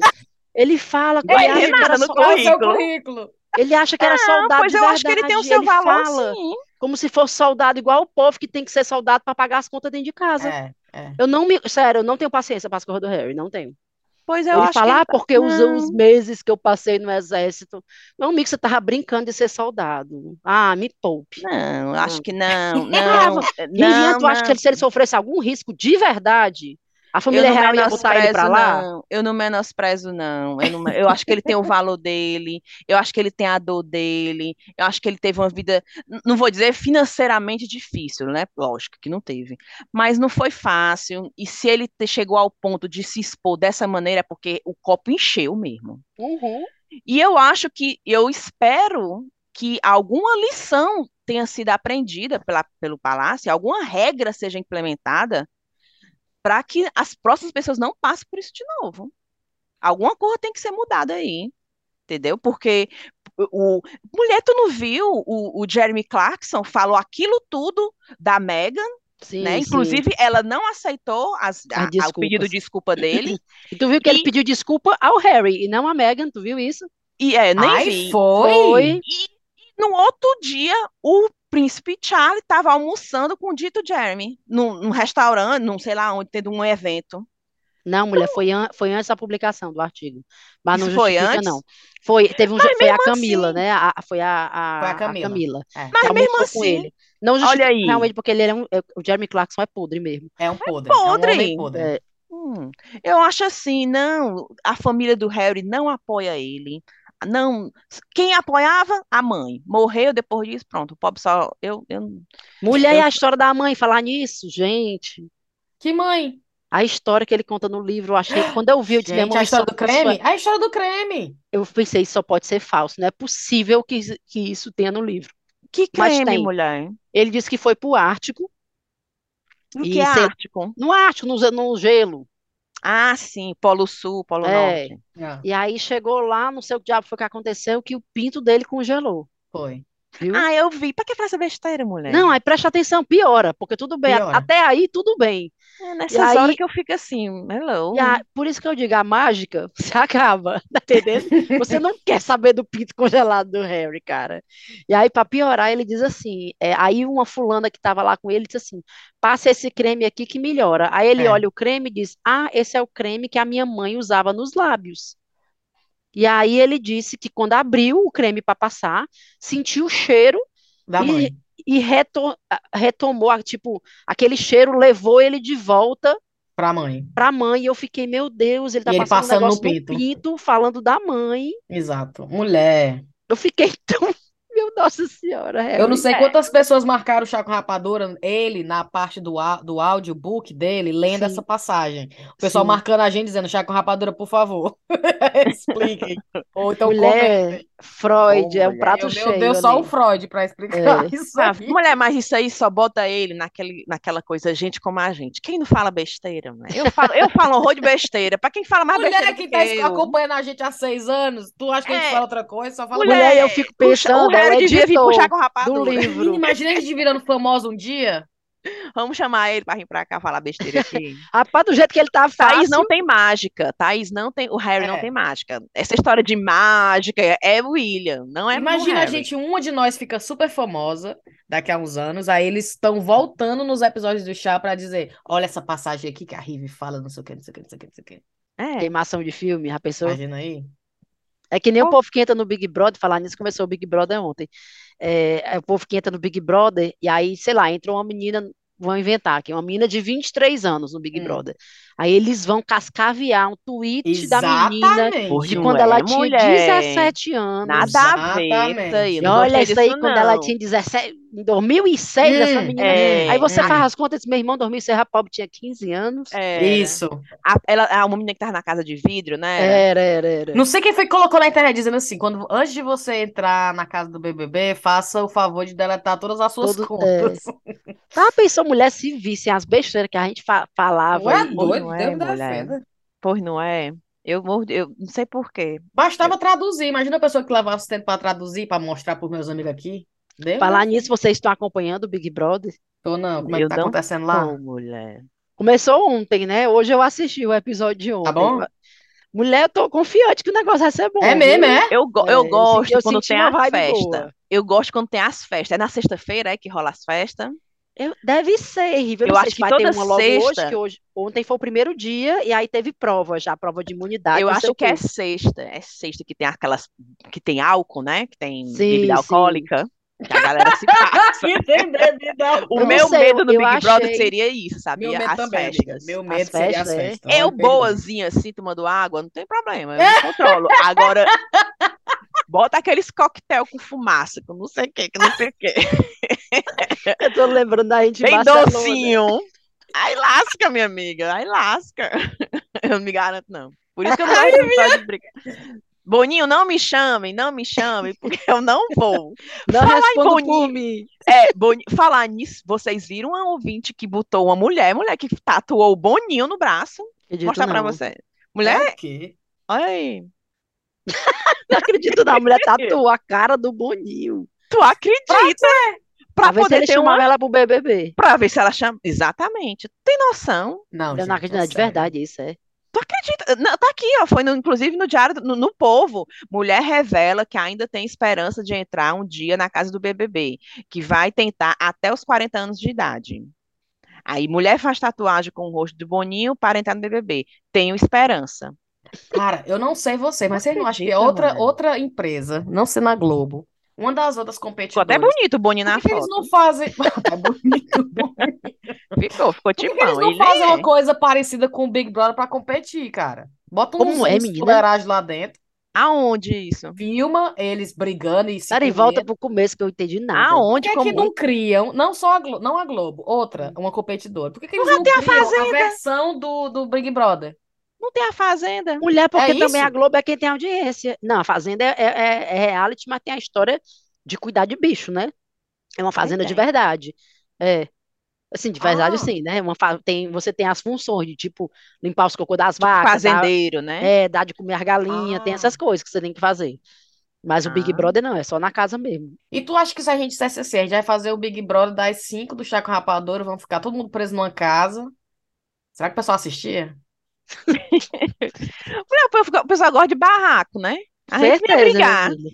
Ele fala que Vai ele ter acha que era nada no so- Qual é o seu currículo. currículo? ele acha que era Não, soldado pois de eu acho que ele tem o verdade. seu Ele valor, fala sim. como se fosse soldado igual o povo que tem que ser soldado para pagar as contas dentro de casa. É, é. Eu não me, sério, eu não tenho paciência para as coisas do Harry, não tenho. Pois eu Ele acho que fala, ele ah, tá. porque os, os Não. meses que eu passei no exército. Meu amigo, você tava brincando de ser soldado. Ah, me poupe. Não, Não. acho que não, Ah, não, vo- eh, Rivinha, não, tu acha que não. ele- se ele sofresse algum risco de verdade, a Eu família não real ia botar ele para menosprezo, lá? não. Eu não menosprezo, não. Eu, não- eu acho que ele tem o valor dele. Eu acho que ele tem a dor dele. Eu acho que ele teve uma vida, n- não vou dizer financeiramente difícil, né? Lógico que não teve. Mas não foi fácil. E se ele te- chegou ao ponto de se expor dessa maneira, é porque o copo encheu mesmo. Uhum. E eu acho que, eu espero que alguma lição tenha sido aprendida pela, pelo palácio, alguma regra seja implementada para que as próximas pessoas não passem por isso de novo. Alguma coisa tem que ser mudada aí, entendeu? Porque o, o mulher, tu não viu o, o Jeremy Clarkson falou aquilo tudo da Meghan, Sim, né? sim. Inclusive, ela não aceitou as- As a- a- o pedido desculpas. de desculpa dele. E tu viu que ele E- pediu desculpa ao Harry e não à Meghan, tu viu isso? E é, nem Ai, vi. foi? E no outro dia, o príncipe Charles estava almoçando com o dito Jeremy, num, num restaurante, não sei lá onde, tendo um evento. Não, mulher, foi, an- foi antes da publicação do artigo. Mas não Isso foi justifica, antes? não. Foi, teve um, jo- foi a Camila, assim- né? A- a- foi a, a- Foi a a Camila. Camila, É, que Mas mesmo almoçou com assim, ele. Não justifica aí. realmente, porque ele era um. é, O Jeremy Clarkson é podre mesmo. é um podre, é um podre. homem podre. É, Hum, eu acho assim, não, a família do Harry não apoia ele. Não, quem apoiava? A mãe. Morreu depois disso, pronto. O pobre só. Eu, eu- Mulher, e Eu- a história da mãe, falar nisso, gente. Que mãe? A história que ele conta no livro, eu achei. Quando eu vi, eu disse, minha Gente, mãe, a história isso- do isso é- creme? A história do creme! Eu pensei, isso só pode ser falso, não é possível que, isso- que isso tenha no livro. Que Mas creme, tem. mulher? Ele disse que foi pro Ártico, O E que é se- Ártico? no Ártico, no, ze- no gelo. Ah, sim, Polo Sul, Polo É. Norte. Ah, E aí chegou lá, não sei o que diabo foi que aconteceu, que o pinto dele congelou, foi. viu? Ah, eu vi. Pra que falar essa besteira, mulher? Não, aí preste atenção, piora, porque tudo bem, a- É. Piora. até aí tudo bem. É E nessas horas aí- que eu fico assim, hello. E a- por isso que eu digo, a mágica *laughs* se acaba, tá entendendo? Você não quer saber do pinto congelado do Harry, cara. E aí, pra piorar, ele diz assim, é, aí uma fulana que tava lá com ele disse assim, passa esse creme aqui que melhora. Aí ele É. olha o creme e diz, ah, esse é o creme que a minha mãe usava nos lábios. E aí ele disse que quando abriu o creme para passar, sentiu o cheiro Da E- mãe. e reto- a- retomou, a- tipo, aquele cheiro levou ele de volta Pra mãe. pra mãe. E eu fiquei, meu Deus, ele tá E ele passando um passando no negócio no pinto. pinto, falando da mãe. Exato. Mulher. Eu fiquei *laughs* tão, meu Nossa Senhora, Eu não Harry. sei quantas pessoas marcaram o Chá com Rapadura, ele, na parte do, á- do audiobook dele, lendo Sim. essa passagem. O pessoal Sim. marcando a gente dizendo, Chá com Rapadura, por favor. *laughs* Expliquem. Ou então Mulher, comentem. Freud, é um Olha, prato Eu- cheio assim. Meu Deus, só o ali. Freud pra explicar É. isso Ah, aí. mulher, mas isso aí só bota ele naquele, naquela coisa, gente como a gente. Quem não fala besteira, mulher? Eu falo, eu falo um horror de besteira. Pra quem fala mais Mulher besteira que do tá que eu. acompanhando a gente há seis anos, tu acha que a gente É. fala outra coisa? Só fala Mulher, besteira. eu fico puxa- pensando, o Harry é o devia vir editor puxar com do rapadura. Menina, livro. é imagina a gente virando famoso um dia. Vamos chamar ele pra vir pra cá falar besteira *laughs* aqui. Rapaz, do jeito que ele tá Thaís fácil. não tem mágica. Thaís não tem. O Harry não É. tem mágica. Essa história de mágica é- é o William, não é Imagina o a Harry. gente, uma de nós fica super famosa daqui a uns anos, aí eles estão voltando nos episódios do chá pra dizer: olha essa passagem aqui que a Rive fala, não sei o que, não sei o que, não sei o que, não sei o Então, que. É. Queimação de filme, já pensou? Imagina aí. É que nem o Qual- povo que entra no Big Brother, falar nisso, começou o Big Brother ontem. É, é o povo que entra no Big Brother, e aí, sei lá, entra uma menina, vão inventar aqui, uma menina de 23 anos no Big Hum. Brother. Aí eles vão cascavear um tweet da menina Exatamente. de Não quando é, ela tinha mulher. 17 anos. Nada a ver Exatamente. isso aí. E Não olha gostei isso aí, disso, quando ela não. tinha 17, em 2006, essa Hum, menina. É, É. Aí você hum. faz as contas, meu irmão, 2006, a pobre tinha 15 anos. era. Isso. A, ela, a uma menina que tava na casa de vidro, né? Era, era, era. Não sei quem foi que colocou na internet dizendo assim: quando, antes de você entrar na casa do BBB, faça o favor de deletar todas as suas Todo- é, *laughs* contas. Tá, pensou, mulher, se vissem as besteiras que a gente fa- falava Tu é aí. doido, não é, Deus né? me mulher. defenda. Pois não é? Eu, morro- eu não sei por quê. Bastava traduzir. Imagina a pessoa que levava esse tempo pra traduzir, pra mostrar pros meus amigos aqui. Deus Falar me nisso, vocês estão acompanhando o Big Brother? Tô não, como é que Eu tá não acontecendo lá? Ô, mulher. Começou ontem, né? Hoje eu assisti o episódio de ontem. Tá bom? Mulher, eu tô confiante que o negócio vai ser bom. É mesmo, *laughs* é? Eu, go- É, eu eu se- gosto eu quando senti tem uma a vibe festa. boa. Eu gosto quando tem as festas. É na sexta-feira é que rola as festas. viu? Eu- deve ser, Riva. Eu, Eu não sei acho se que vai ter toda uma logo hoje, sexta- que hoje, ontem foi o primeiro dia, e aí teve prova já, prova de imunidade. Eu não sei acho o que é quê. sexta. É sexta que tem aquelas. Que tem álcool, né? Que tem Sim, bebida sim. alcoólica. Que a galera *laughs* se passa. tem bebida. O Eu não meu sei, medo eu- no eu Big Brother achei- seria isso, sabia? Meu medo as também, amiga. festas. Meu As medo seria as festas, é. festas. Eu, Olha, perdão. boazinha, assim, tomando água, não tem problema, eu *laughs* me controlo. Agora, bota aqueles coquetel com fumaça, com não sei o que, que não sei o que. *laughs* Eu tô lembrando da gente em Bem Barcelona. é docinho. Aí lasca, minha *laughs* amiga, aí lasca. Eu não me garanto, não. Por isso que eu não gosto de brigar. Boninho, não me chame, não me chame, porque eu não vou. Não Fala em respondo Boninho. por mim. É, Boni... falar nisso, vocês viram uma ouvinte que botou uma mulher, mulher que tatuou o Boninho no braço? Acredito Vou mostrar pra não. você. Mulher, O quê? olha aí. Não acredito não, a mulher tatuou a cara do Boninho. Tu acredita? Pra Pra ver se poder ele ter uma. chamava ela pro BBB. Pra ver se ela chama. Exatamente. Tu Tem noção? Não, Eu não gente, acredito, não, é de sério. verdade isso, é. Tu acredita? Não, tá aqui, ó. Foi no- inclusive no Diário, do- no, no Povo. Mulher revela que ainda tem esperança de entrar um dia na casa do BBB, que vai tentar até os 40 anos de idade. Aí, mulher faz tatuagem com o rosto do Boninho para entrar no BBB. Tenho esperança. Cara, eu não sei você, mas Não vocês não acham que é acredito, outra, mano. outra empresa, não sendo a Globo, uma das outras Ficou até competidoras, bonito o Boninho por na que que eles foto. não *laughs* fazem. *laughs* É bonito, bom. Ficou, ficou Por que que eles timão. não Ele fazem uma é. coisa parecida com o Big Brother pra competir, cara? Bota Como uns, é, uns menina? fuleiragem lá dentro, Aonde isso? filma eles brigando e se Cara, e volta comendo. pro começo que eu entendi nada. Por que Aonde? é que Como? não criam, não só a Globo, não a Globo, outra, uma competidora? Por que que eles não tem a criam a Fazenda. versão do, do Big Brother? Não tem a fazenda. Mulher, porque É também a isso? Globo é quem tem audiência. Não, a Fazenda é, é- é reality, mas tem a história de cuidar de bicho, né? É uma fazenda de tem. verdade. É. Assim, de verdade, Ah, sim, né? Uma fa- tem, você tem as funções de, tipo, limpar os cocô das tá? Tipo vacas, dar, fazendeiro, né? é, dar de comer as galinhas, tem ah. essas coisas que você tem que fazer. Mas o Big Ah. Brother não, é só na casa mesmo. E tu acha que se a gente dissesse assim, a gente vai fazer o Big Brother das 5 do Chaco Rapadura, vamos ficar todo mundo preso numa casa? Será que o pessoal assistia? Não, o pessoal- o pessoal gosta de barraco, né? A gente não ia Certeza, minha brigar. filha.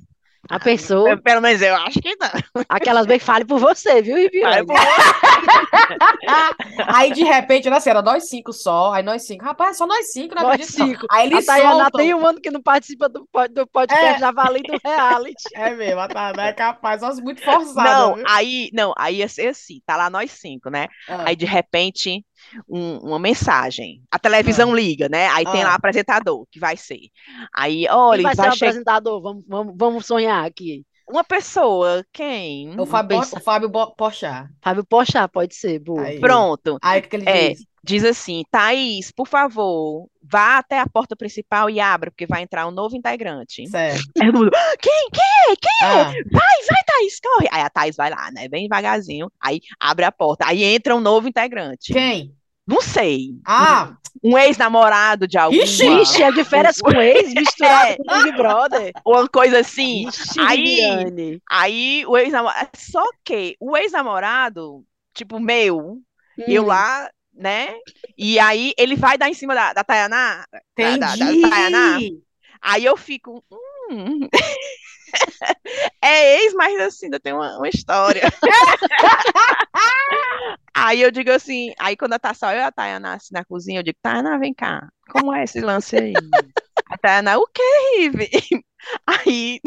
A pessoa, *laughs* Eu- Pelo menos eu acho que não. aquelas bem fale por você, viu, é Vai pro *laughs* Viviane? outro. Ah, aí de repente, era assim, era nós cinco só, aí nós cinco, rapaz, só nós cinco, não Nós acredito não. cinco. Aí A eles Tayana soltam. tem um ano que não participa do, pod- do podcast É, da Valente *laughs* do Reality. é mesmo, a Tainá é capaz, nós muito forçada, Não, viu? aí, não, aí ia ser assim, tá lá nós cinco, né? Aí Ah, de repente, um- uma mensagem. A ah, televisão liga, né? Aí tem lá o ah. apresentador, que vai ser. Aí, Quem olha, vai ser vai o chegar apresentador? Vamos, vamos, vamos sonhar aqui. uma pessoa, quem? O Fábio, Bo- o Pensa. Fábio Bo- Porchat. Fábio Pochá, pode ser, boa. *laughs* Aí, boa. Pronto. aí o que que ele É, diz? diz assim, Thaís, por favor, vá até a porta principal e abra, porque vai entrar um novo integrante. Certo. Aí todo mundo, "Ah, quem, quem é, quem é? Ah, Vai, vai, Thaís, corre. Aí a Thaís vai lá, né, bem devagarzinho, aí abre a porta, aí entra um novo integrante. quem? Não sei, Ah, um ex-namorado de alguma, Vixe, é de férias com *laughs* ex misturado com Big Brother. uma coisa assim. Vixe, É. *laughs* Aí, Viviane. aí o ex-namorado, só que o ex-namorado, tipo, meu, eu Hum, lá, né? E aí ele vai dar em cima da, da Tayaná, da, da, da Tayaná. entendi. Aí eu fico, hum, *laughs* é ex, mas assim, ainda tem uma, uma história. *laughs* Aí eu digo assim, aí quando tá só eu e a Tayaná assim, na cozinha, eu digo, Tayaná, vem cá, como é esse lance aí? A Tayaná, o que, Rive? *laughs* Aí,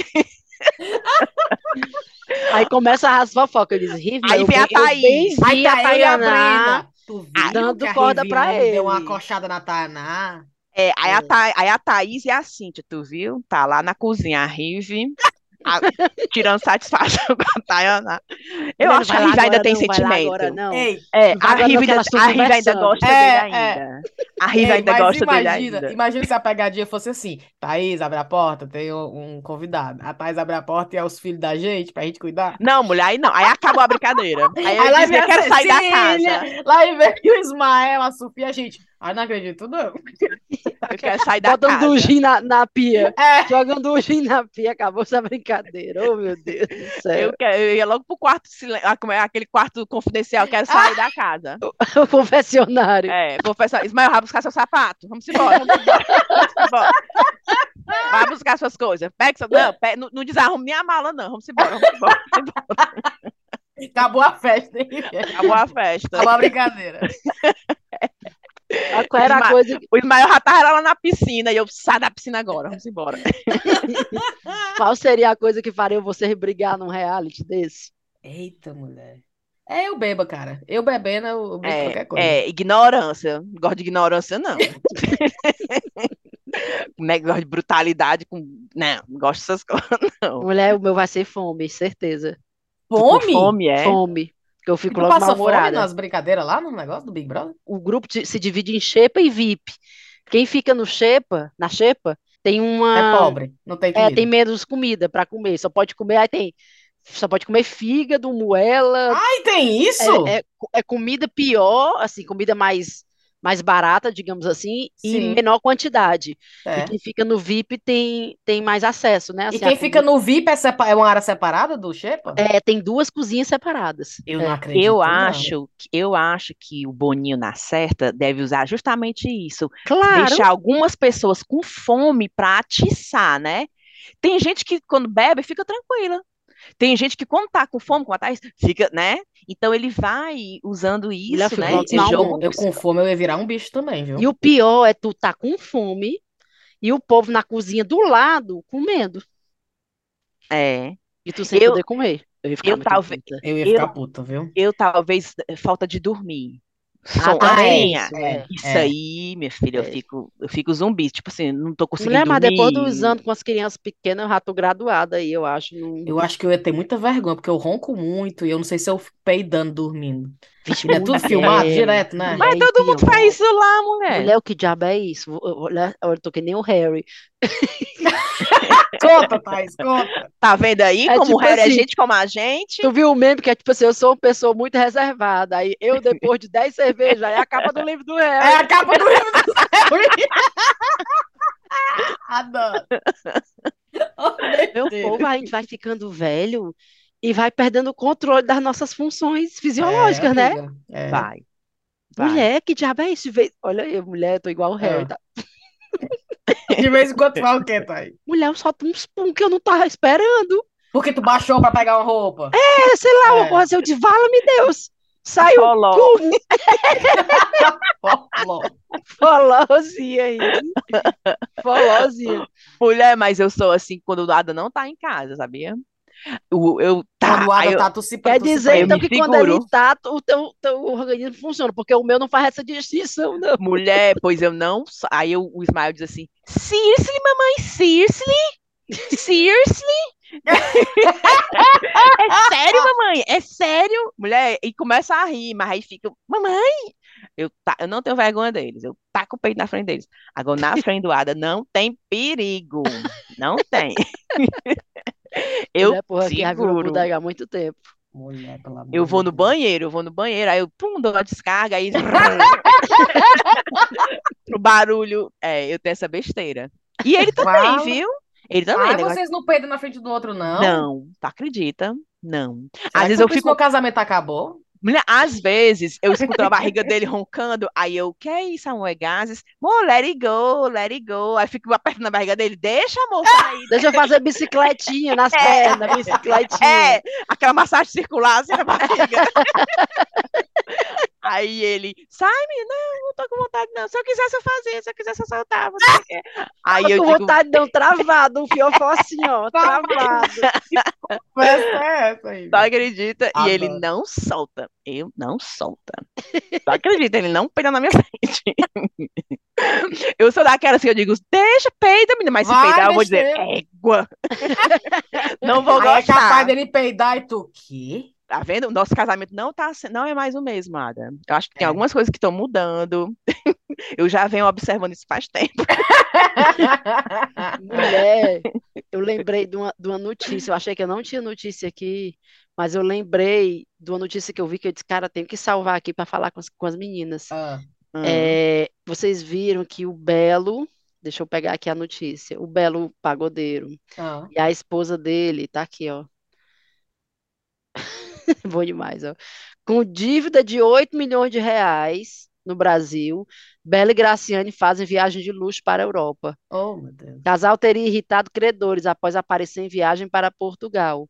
Aí começa as fofocas. Eu disse, Rivi, aí eu, vem a bem, eu bem Thaís. Aí vi a tá eu e a Tayaná. Brenda. Tu Aí- viu que dando a corda pra Riviane deu uma ele. coxada na Tainá? É, aí, a É. Tha- aí a Thaís e a Cíntia, tu viu? Tá lá na cozinha, a Rive, a- *laughs* tirando satisfação com a Tayaná. Mulher, Eu não acho que vai a lá Rive ainda agora tem não, vai lá agora sentimento. não. Ei, É, Não vai a agora não, Rive que ainda, elas estão a Rive ainda conversando. gosta dele É, é. ainda. A Rive ei, ainda mas gosta dele imagina, ainda. imagina se a pegadinha fosse assim. Thaís, abre a porta, tem um, um convidado. A Thaís abre a porta e é os filhos da gente, pra gente cuidar. Não, mulher, aí não. Aí acabou a brincadeira. Aí Aí eu lá dizia, vem a quero sair da casa. Cecília, lá vem *laughs* o Ismael, a Sofia, a gente. Ah, não acredito, não. *laughs* Eu quero sair da Botando o casa. gin na, na pia. É, Jogando o gin na pia. Acabou essa brincadeira. Oh, meu Deus do Eu, céu. quero, eu ia logo pro quarto, silen- ah, como é, aquele quarto confidencial, quero sair Ah. da casa. *laughs* O confessionário. É, professor, Ismael, vai buscar seu sapato. Vamos embora, vamos embora. Vamos embora. Vai buscar suas coisas. Pega, seu- não, pe- não, não desarrume nem a mala, não. Vamos embora, vamos embora. Vamos embora. acabou a festa, hein? Riviane? Acabou a festa. Acabou a brincadeira. É, Ah, Qual era a Isma- coisa que- O Ismael já tava lá na piscina e eu saio da piscina agora, vamos embora. Qual seria a coisa que faria vocês brigar num reality desse? Eita, mulher. É, eu bebo, cara. Eu bebendo, eu brinco de É, qualquer coisa. é, ignorância. Não gosto de ignorância, não. *laughs* Negócio de brutalidade com. né, Não, não gosto dessas coisas, não. Mulher, o meu vai ser fome, certeza. Tu com Fome? fome, é? Fome. Porque eu E fico tu logo passa então. fome mal-humorada. nas brincadeiras lá no negócio do Big Brother? O grupo de- se divide em xepa e VIP. Quem fica no xepa, na xepa, Tem É uma. pobre, não tem É, comida. tem medo de comida para comer. Só pode comer, aí tem. Só pode comer fígado, moela. Ai, tem É, isso? é- é comida pior, assim, comida mais, mais barata, digamos assim, e Sim. menor quantidade. É. E quem fica no VIP tem, tem mais acesso, né? E Assim, a quem fica no VIP é, sepa- é uma área separada do Xepa? comida- é, tem duas cozinhas separadas. Eu É. não acredito, Eu não. acho, que- eu acho que o Boninho na certa deve usar justamente isso, Claro, deixar algumas pessoas com fome para atiçar, né? Tem gente que quando bebe fica tranquila. Tem gente que quando tá com fome, como a Thaís, fica, né? Então ele vai usando Mulher, isso, fica né? com Esse Eu, mal, jogo. é eu com fome, eu ia virar um bicho também, viu? é E o pior é tu tá com fome e o povo na cozinha do lado comendo. É. E tu sem Eu- poder comer. Eu ia ficar eu muito talvez- puta. Eu ia eu- ficar puta, viu? Eu talvez eh, falta de dormir. Ah, Som- tá. também Soninha. isso, é. Isso É. aí, minha filha, eu É. fico, eu fico zumbi. Tipo assim, não tô conseguindo Mulher, é, mas depois dos dormir. anos com as crianças pequenas, eu já tô graduada aí, eu acho. Não... Eu acho que eu ia ter muita vergonha, porque eu ronco muito e eu não sei se eu fico peidando dormindo. Vixe, E não é tudo *laughs* mulher, filmado direto, né? mulher, Mas e todo mundo pior. faz isso lá, mulher. Mulher, o que diabo é isso? Olha, eu tô que nem o Harry. Conta, Thaís, conta. Tá vendo aí É como tipo o Harry é assim, gente como a gente? Tu viu o meme que é tipo assim, eu sou uma pessoa muito reservada. Aí eu, depois de 10 cervejas, aí a capa do livro do É Harry. a capa do livro do Harry. Adoro. Oh, meu Meu Deus. povo, a gente vai ficando velho e vai perdendo o controle das nossas funções É, fisiológicas, né? amiga, é. Vai, vai. É. Mulher, que diabo é isso? Vê- Olha, eu, mulher, eu tô igual o Harry. Ah. tá? De vez em quando tu vai o quê, Thaís? Mulher, eu solto uns pum que eu não tava esperando. Porque tu baixou pra pegar uma roupa. É, sei lá, uma É. coisa, eu disse, vala-me Deus. Saiu *laughs* Foló. pum, Ó, ló. folózinha *laughs* aí. Folózinha. Mulher, mas eu sou assim quando o Ada não tá em casa, sabia? Eu, eu tá, Quando o aí Ada eu, tá, tu se, Quer tu se dizer, eu prende. então, me que quando ele seguro. tá, o teu, teu organismo funciona, porque o meu não faz essa distinção, não. Mulher, pois eu não. sa- Aí eu- o Ismael diz assim: Seriously, mamãe, seriously? Seriously? *laughs* É sério, mamãe? É sério? Mulher, e começa a rir, mas aí fica, mamãe! Eu, ta- eu não tenho vergonha deles, eu taco o peito na frente deles. Agora, na frente do Ada, não tem perigo. Não *laughs* tem. Eu Mulher, porra, que já virou seguro. bodega há muito tempo. Mulher, pelo amor Eu vou de no Deus. banheiro, eu vou no banheiro, aí eu pum, dou uma descarga, aí *laughs* o barulho. É, eu tenho essa besteira. E ele também, Fala. viu? Ele também. Ah, negócio- é vocês não peidam na frente do outro, não? Não, tu acredita? Não. Será Às que vezes foi eu por isso que fico. meu casamento acabou? Mulher, Às vezes eu escuto a *laughs* barriga dele roncando, aí eu, que é isso, amor, é gases? Amor, let it go, let it go. Aí fico apertando a barriga dele, deixa, amor, sair. Deixa eu fazer bicicletinha nas pernas, bicicletinha. É, aquela massagem circular assim na barriga. *laughs* Aí ele, sai, menina, não, não tô com vontade, não. Se eu quisesse, eu fazia, se eu quisesse, eu soltava. não sei *laughs* o quê." Aí Tava eu com digo, vontade de dar um travado, um fiofó assim, ó, Travado. travado. Festa é essa aí. tu acredita? E ele Adoro. não solta. Eu não solta. Tu acredita? Ele não peida na minha frente. *laughs* Eu sou daquela assim, eu digo, deixa, peida, menina, mas se Vai, peidar, eu vou dizer, besteira. égua. *laughs* Não vou Aí é capaz gostar. dele peidar e tu, *laughs* quê? Tá vendo? O nosso casamento não tá, se- não é mais o mesmo, Ada. Eu acho que tem É. algumas coisas que estão mudando. *laughs* Eu já venho observando isso faz tempo. Mulher, eu lembrei de uma, de uma notícia, eu achei que eu não tinha notícia aqui, mas eu lembrei de uma notícia que eu vi que eu disse, cara, tenho que salvar aqui para falar com as, com as meninas. Ah, Hum. É, vocês viram que o Belo, deixa eu pegar aqui a notícia, o Belo pagodeiro ah. e a esposa dele, tá aqui, ó. *laughs* Bom demais, ó. Com dívida de 8 milhões de reais no Brasil, Bela e Graciane fazem viagem de luxo para a Europa. Oh, meu Deus. Casal teria irritado credores após aparecer em viagem para Portugal.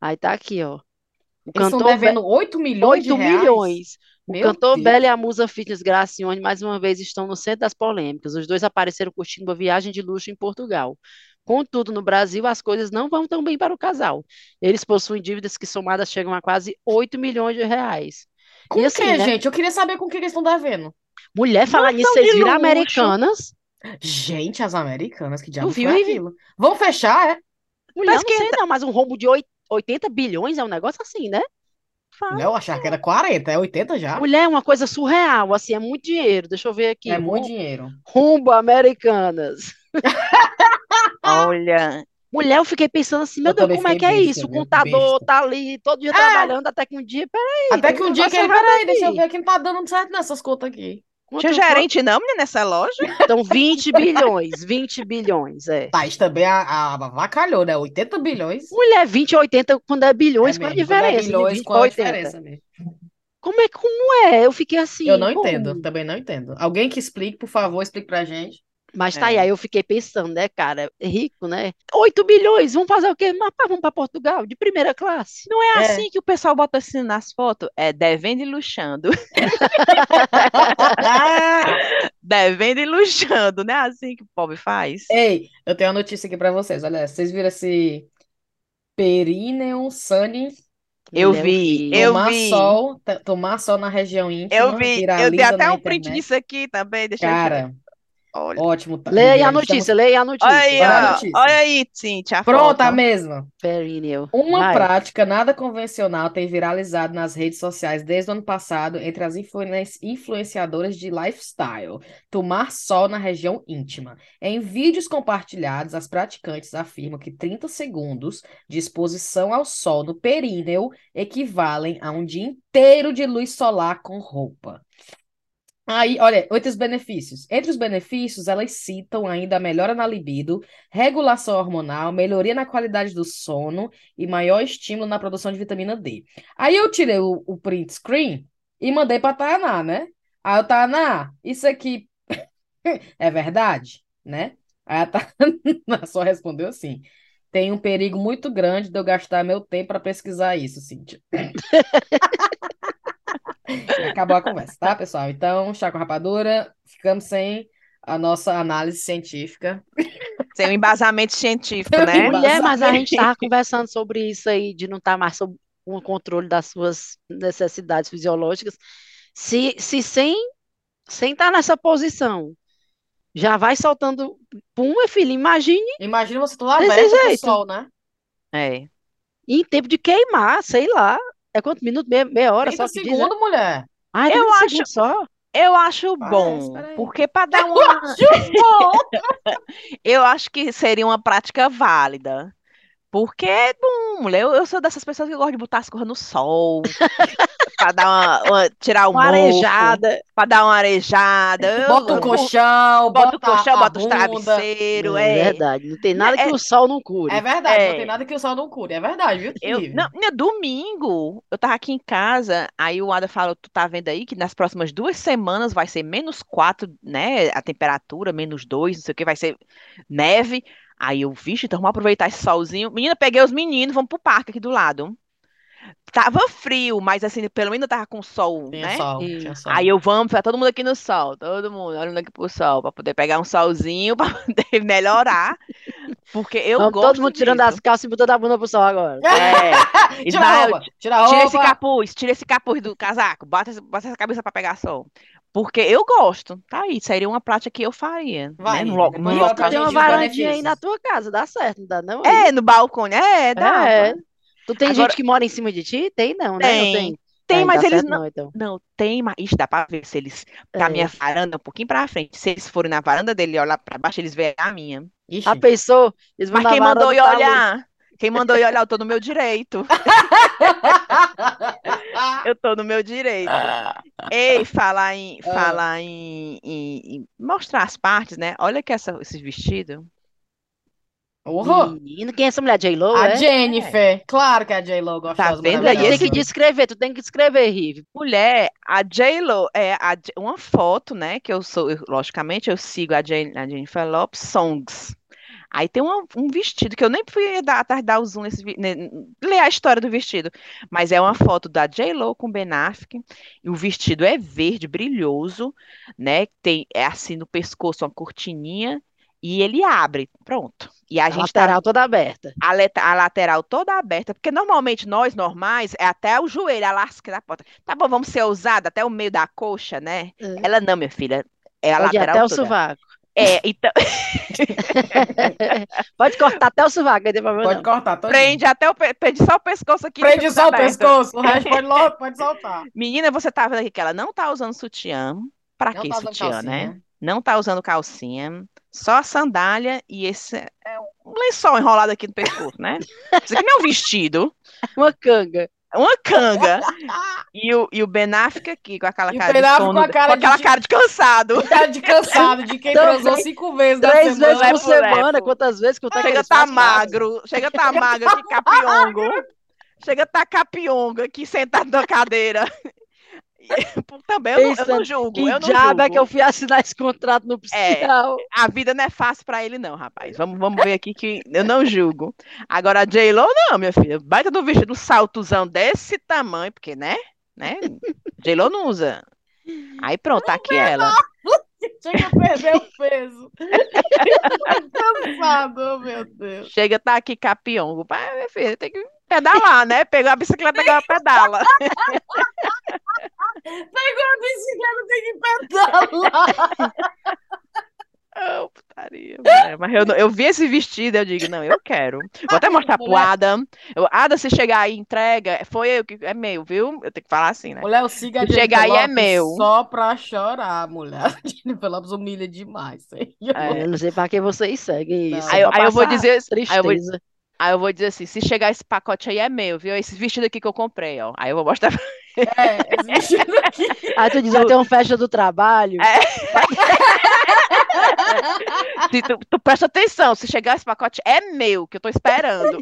Aí tá aqui, ó. O Eles estão cantor Be- devendo 8 milhões de 8 reais? milhões. O Meu cantor Deus. Bela e a musa fitness Gracione mais uma vez estão no centro das polêmicas. Os dois apareceram curtindo uma viagem de luxo em Portugal. Contudo, no Brasil, as coisas não vão tão bem para o casal. Eles possuem dívidas que somadas chegam a quase 8 milhões de reais. Com E o assim, que, né? gente? Eu queria saber com o que que eles estão devendo. Mulher, falar nisso, Mansão vocês de viram luxo. Americanas? Gente, as americanas, que Tu diabo foi viu, Ivy? aquilo? Vão fechar, é? Mulher, eu não sei Pesquisa. não, mas um rombo de oit- 80 bilhões é um negócio assim, né? Fala. Não, eu achava que era 40, é 80 já. Mulher, é uma coisa surreal, assim, é muito dinheiro. Deixa eu ver aqui. É muito Ru- dinheiro. Rumbo Americanas. Olha, Mulher, eu fiquei pensando assim, meu Eu Deus, também como é que fiquei é besta, isso? O né? viu? contador Besta. tá ali todo dia É. trabalhando, até que um dia, peraí, Até tem que um dia que negócio ele, errado peraí, deixa eu aqui. ver aqui, não tá dando certo nessas contas aqui. Quanto- tinha quanto- gerente não, menina, nessa loja? *laughs* Então, 20 bilhões, 20 bilhões, é. Thaís também a, a avacalhou, né? 80 bilhões. Mulher, 20 e 80, quando é bilhões, É qual a mesmo, quando é diferença de bilhões, 20 qual pra a 80? diferença mesmo? Como é, como é? Eu fiquei assim, Eu não como? entendo, também não entendo. Alguém que explique, por favor, explique pra gente. *laughs* Mas tá aí, É. aí eu fiquei pensando, né, cara, rico, né? 8 bilhões, vamos fazer o quê? Mas pá, vamos para Portugal, de primeira classe. *laughs* Não é É. assim que o pessoal bota assim nas fotos? É devendo e luxando. *laughs* Devendo e luxando, não é assim que o pobre faz? Ei, eu tenho uma notícia aqui pra vocês. Olha, essa. vocês viram esse Perineum Sunny Eu Mulher, vi, eu tomar vi. sol, t- tomar sol na região Eu íntima, vi, eu dei viraliza até na um print internet. disso aqui também, deixa eu ver. Cara, Olha, ótimo, tá, Leia a Lidiane. Estamos... notícia, leia a olha notícia. aí, Bora Vai. a ó, notícia. olha aí, Cintia, a Pronto, a foto. mesma. Perineu. Uma Vai. prática nada convencional tem viralizado nas redes sociais desde o ano passado entre as influen- influenciadoras de lifestyle, tomar sol na região íntima. Em vídeos compartilhados, as praticantes afirmam que 30 segundos de exposição ao sol no períneo equivalem a um dia inteiro de luz solar com roupa. Aí, olha, entre os benefícios. Entre os benefícios, elas citam ainda a melhora na libido, regulação hormonal, melhoria na qualidade do sono e maior estímulo na produção de vitamina D. Aí eu tirei o, o print screen e mandei pra Tainá, né? Aí eu, Tainá, isso aqui *laughs* é verdade, né? Aí a *laughs* Tainá só respondeu assim: tem um perigo muito grande de eu gastar meu tempo pra pesquisar isso, Cíntia. *laughs* E acabou a conversa, tá, pessoal? Então, chá com rapadura, ficamos sem a nossa análise científica. Tem um embasamento científico, Eu né? vi. Mulher, mas a gente Basicamente. *laughs* estava conversando sobre isso aí, de não estar mais sob o controle das suas necessidades fisiológicas. Se, se sem sem estar nessa posição, já vai soltando. Pum, meu filho, imagine Imagina você toda Desse aberta pro jeito. sol, né? É. em tempo de queimar, sei lá. É quanto minuto? Meia, meia hora 30 só que diz, né? segundos, mulher. Ah, é Eu 30 acho- segundos só? Eu acho Parece, bom, peraí. porque para *laughs* dar uma, Bom, eu acho que seria uma prática válida. Porque é bom, mulher. Eu, eu sou dessas pessoas que gostam de botar as coisas no *laughs* sol, para dar uma, uma- tirar o Uma mofo, arejada. para dar uma arejada. Eu- bota o eu- colchão, bota bota o colchão, a bota os bunda. travesseiros, É é. verdade, não tem nada que o sol não cure. É verdade, não É. tem nada que o sol não cure. É verdade, viu, Eu, Vivi? não, né, domingo, eu tava aqui em casa, aí o Ada falou, tu tá vendo aí que nas próximas duas semanas vai ser menos quatro, né, a temperatura, menos dois, não sei o que, vai ser neve. Aí eu, vixe, então vamos aproveitar esse solzinho. Menina, peguei os meninos, vamos pro parque aqui do lado. Tava frio, mas assim, pelo menos eu tava com sol, Tinha né? sol, Hum. tinha sol. Aí eu, vamos, tá todo mundo aqui no sol, todo mundo olhando aqui pro sol, pra poder pegar um solzinho, *laughs* pra poder melhorar, porque eu Vamos todo gosto mundo tirando disso. *laughs* as calças e botando a bunda pro sol agora. *laughs* É. Tira a Ismael, roupa, tira a Tira esse roupa. capuz, tira esse capuz do casaco, bota, esse- bota essa cabeça pra pegar sol. Porque eu gosto, tá aí, seria uma prática que eu faria, né? Vai, No, Iva, lo- depois no fala Pronto, tu pra local. tem gente uma né? os varandinha aí benefícios. na tua casa, dá certo, não dá não aí? É, no balcone, é, dá. É, Tu tem Agora gente que mora em cima de ti? Tem não, né? Ou tem, tem? tem, Aí, mas dá eles certo não. não, então. Não, tem, mas isso dá pra ver se eles. Porque a minha É. varanda é um pouquinho pra frente. Se eles forem na varanda dele e olhar pra baixo, eles veem a minha. A Ixi. pessoa, eles vão Mas na quem mandou varanda, eu tá a luz. olhar? Quem mandou eu olhar? Eu tô no *laughs* meu direito. Eu tô no meu direito. Ei, falar em, Ah. falar em, em- em mostrar as partes, né? Olha que essa, esse vestido. *laughs* Horror. Menino, quem é essa mulher? J-Lo, A é? Jennifer. Claro que é a J-Lo Tá gostosa, Mulher, vendo? tu tem que maravilhosa. descrever, tu tem que descrever, Rive. Mulher, a J-Lo é a J- uma foto, né? Que eu sou, eu- logicamente, eu sigo a, Jen- a Jennifer Lopes Songs. Aí tem uma- um vestido que eu nem fui dar, atrás dar o zoom nesse, vi- ne- ler a história do vestido, mas é uma foto da J-Lo com Ben Affleck. E o vestido é verde, brilhoso, né? Tem é assim no pescoço uma cortininha e ele abre, pronto. E a A gente tá lateral toda aberta. a, leta- a lateral toda aberta, porque normalmente nós normais é até o joelho, a lasca da porta. Tá bom, vamos ser ousados até o meio da coxa, né? É. Ela não, minha filha, é a Pode ir lateral até o toda. sovaco. É, então Pode cortar até o sovaco, não tem problema Pode não. cortar, todinho. prende até o pe- prende só o pescoço aqui, deixa Prende tudo só o aberto. pescoço, o resto *laughs* pode, logo, pode soltar. Menina, você tá vendo aqui que ela não tá usando sutiã. Pra Não que tá usando sutiã, né? calcinha. não tá usando calcinha, só a sandália e esse é um lençol enrolado aqui no pescoço, né? Isso aqui não é um vestido, Uma canga. uma canga. E o, e o Ben Affleck aqui com aquela E o cara Ben de Affleck sono, com a cara aquela de- cara de cansado. Tá de cansado de quem Também. transou cinco vezes na Três semana. vezes por é boneco. semana, quantas vezes? Quanto é que Chega eles tá fazem? magro, chega tá magro de capiongo. Chega tá capiongo aqui sentado na cadeira. *laughs* E, pô, Também eu não, eu não Pensando, julgo, Que eu não diabo é que eu julgo. É. fui assinar esse contrato no psiquial? A vida não é fácil pra ele não, rapaz. Vamos, vamos ver aqui que eu não julgo. Agora a J-Lo não, minha filha. Baita do vestido, um saltozão desse tamanho, porque né? Né? J-Lo não usa. Aí pronto, tá aqui ela. *laughs* Chega a perder o peso. *laughs* Tô cansado, oh, meu Deus. Chega, tá aqui capiongo. Pai, minha filha, tem que pedalar, né? Pegou a bicicleta, agora *laughs* pedala. Pegou a bicicleta, tem que pedalar. Ah, putaria, mulher. Mas eu, não- eu vi esse vestido, eu digo, não, eu quero. Vou até mostrar pro Mulher. Adam. Eu, Adam, se chegar aí, e entrega. Foi eu que é meu, viu? Eu tenho que falar assim, né? Mulher, eu sigo a Se Jennifer chegar aí é Lopes meu. só pra chorar, mulher. *laughs* A Jennifer Lopes humilha demais. senhor. É. Eu não sei pra que vocês seguem isso. Não. Aí é pra aí eu vou passar dizer- aí eu vou- Tristeza. Aí eu vou dizer assim: se chegar esse pacote aí é meu, viu? Esse vestido aqui que eu comprei, ó. Aí eu vou mostrar. pra- *laughs* É, esse vestido *laughs* aqui. Aí tu diz, vai ter uma festa do trabalho. É. Se tu, tu presta atenção, se chegar esse pacote é meu, que eu tô *laughs* esperando.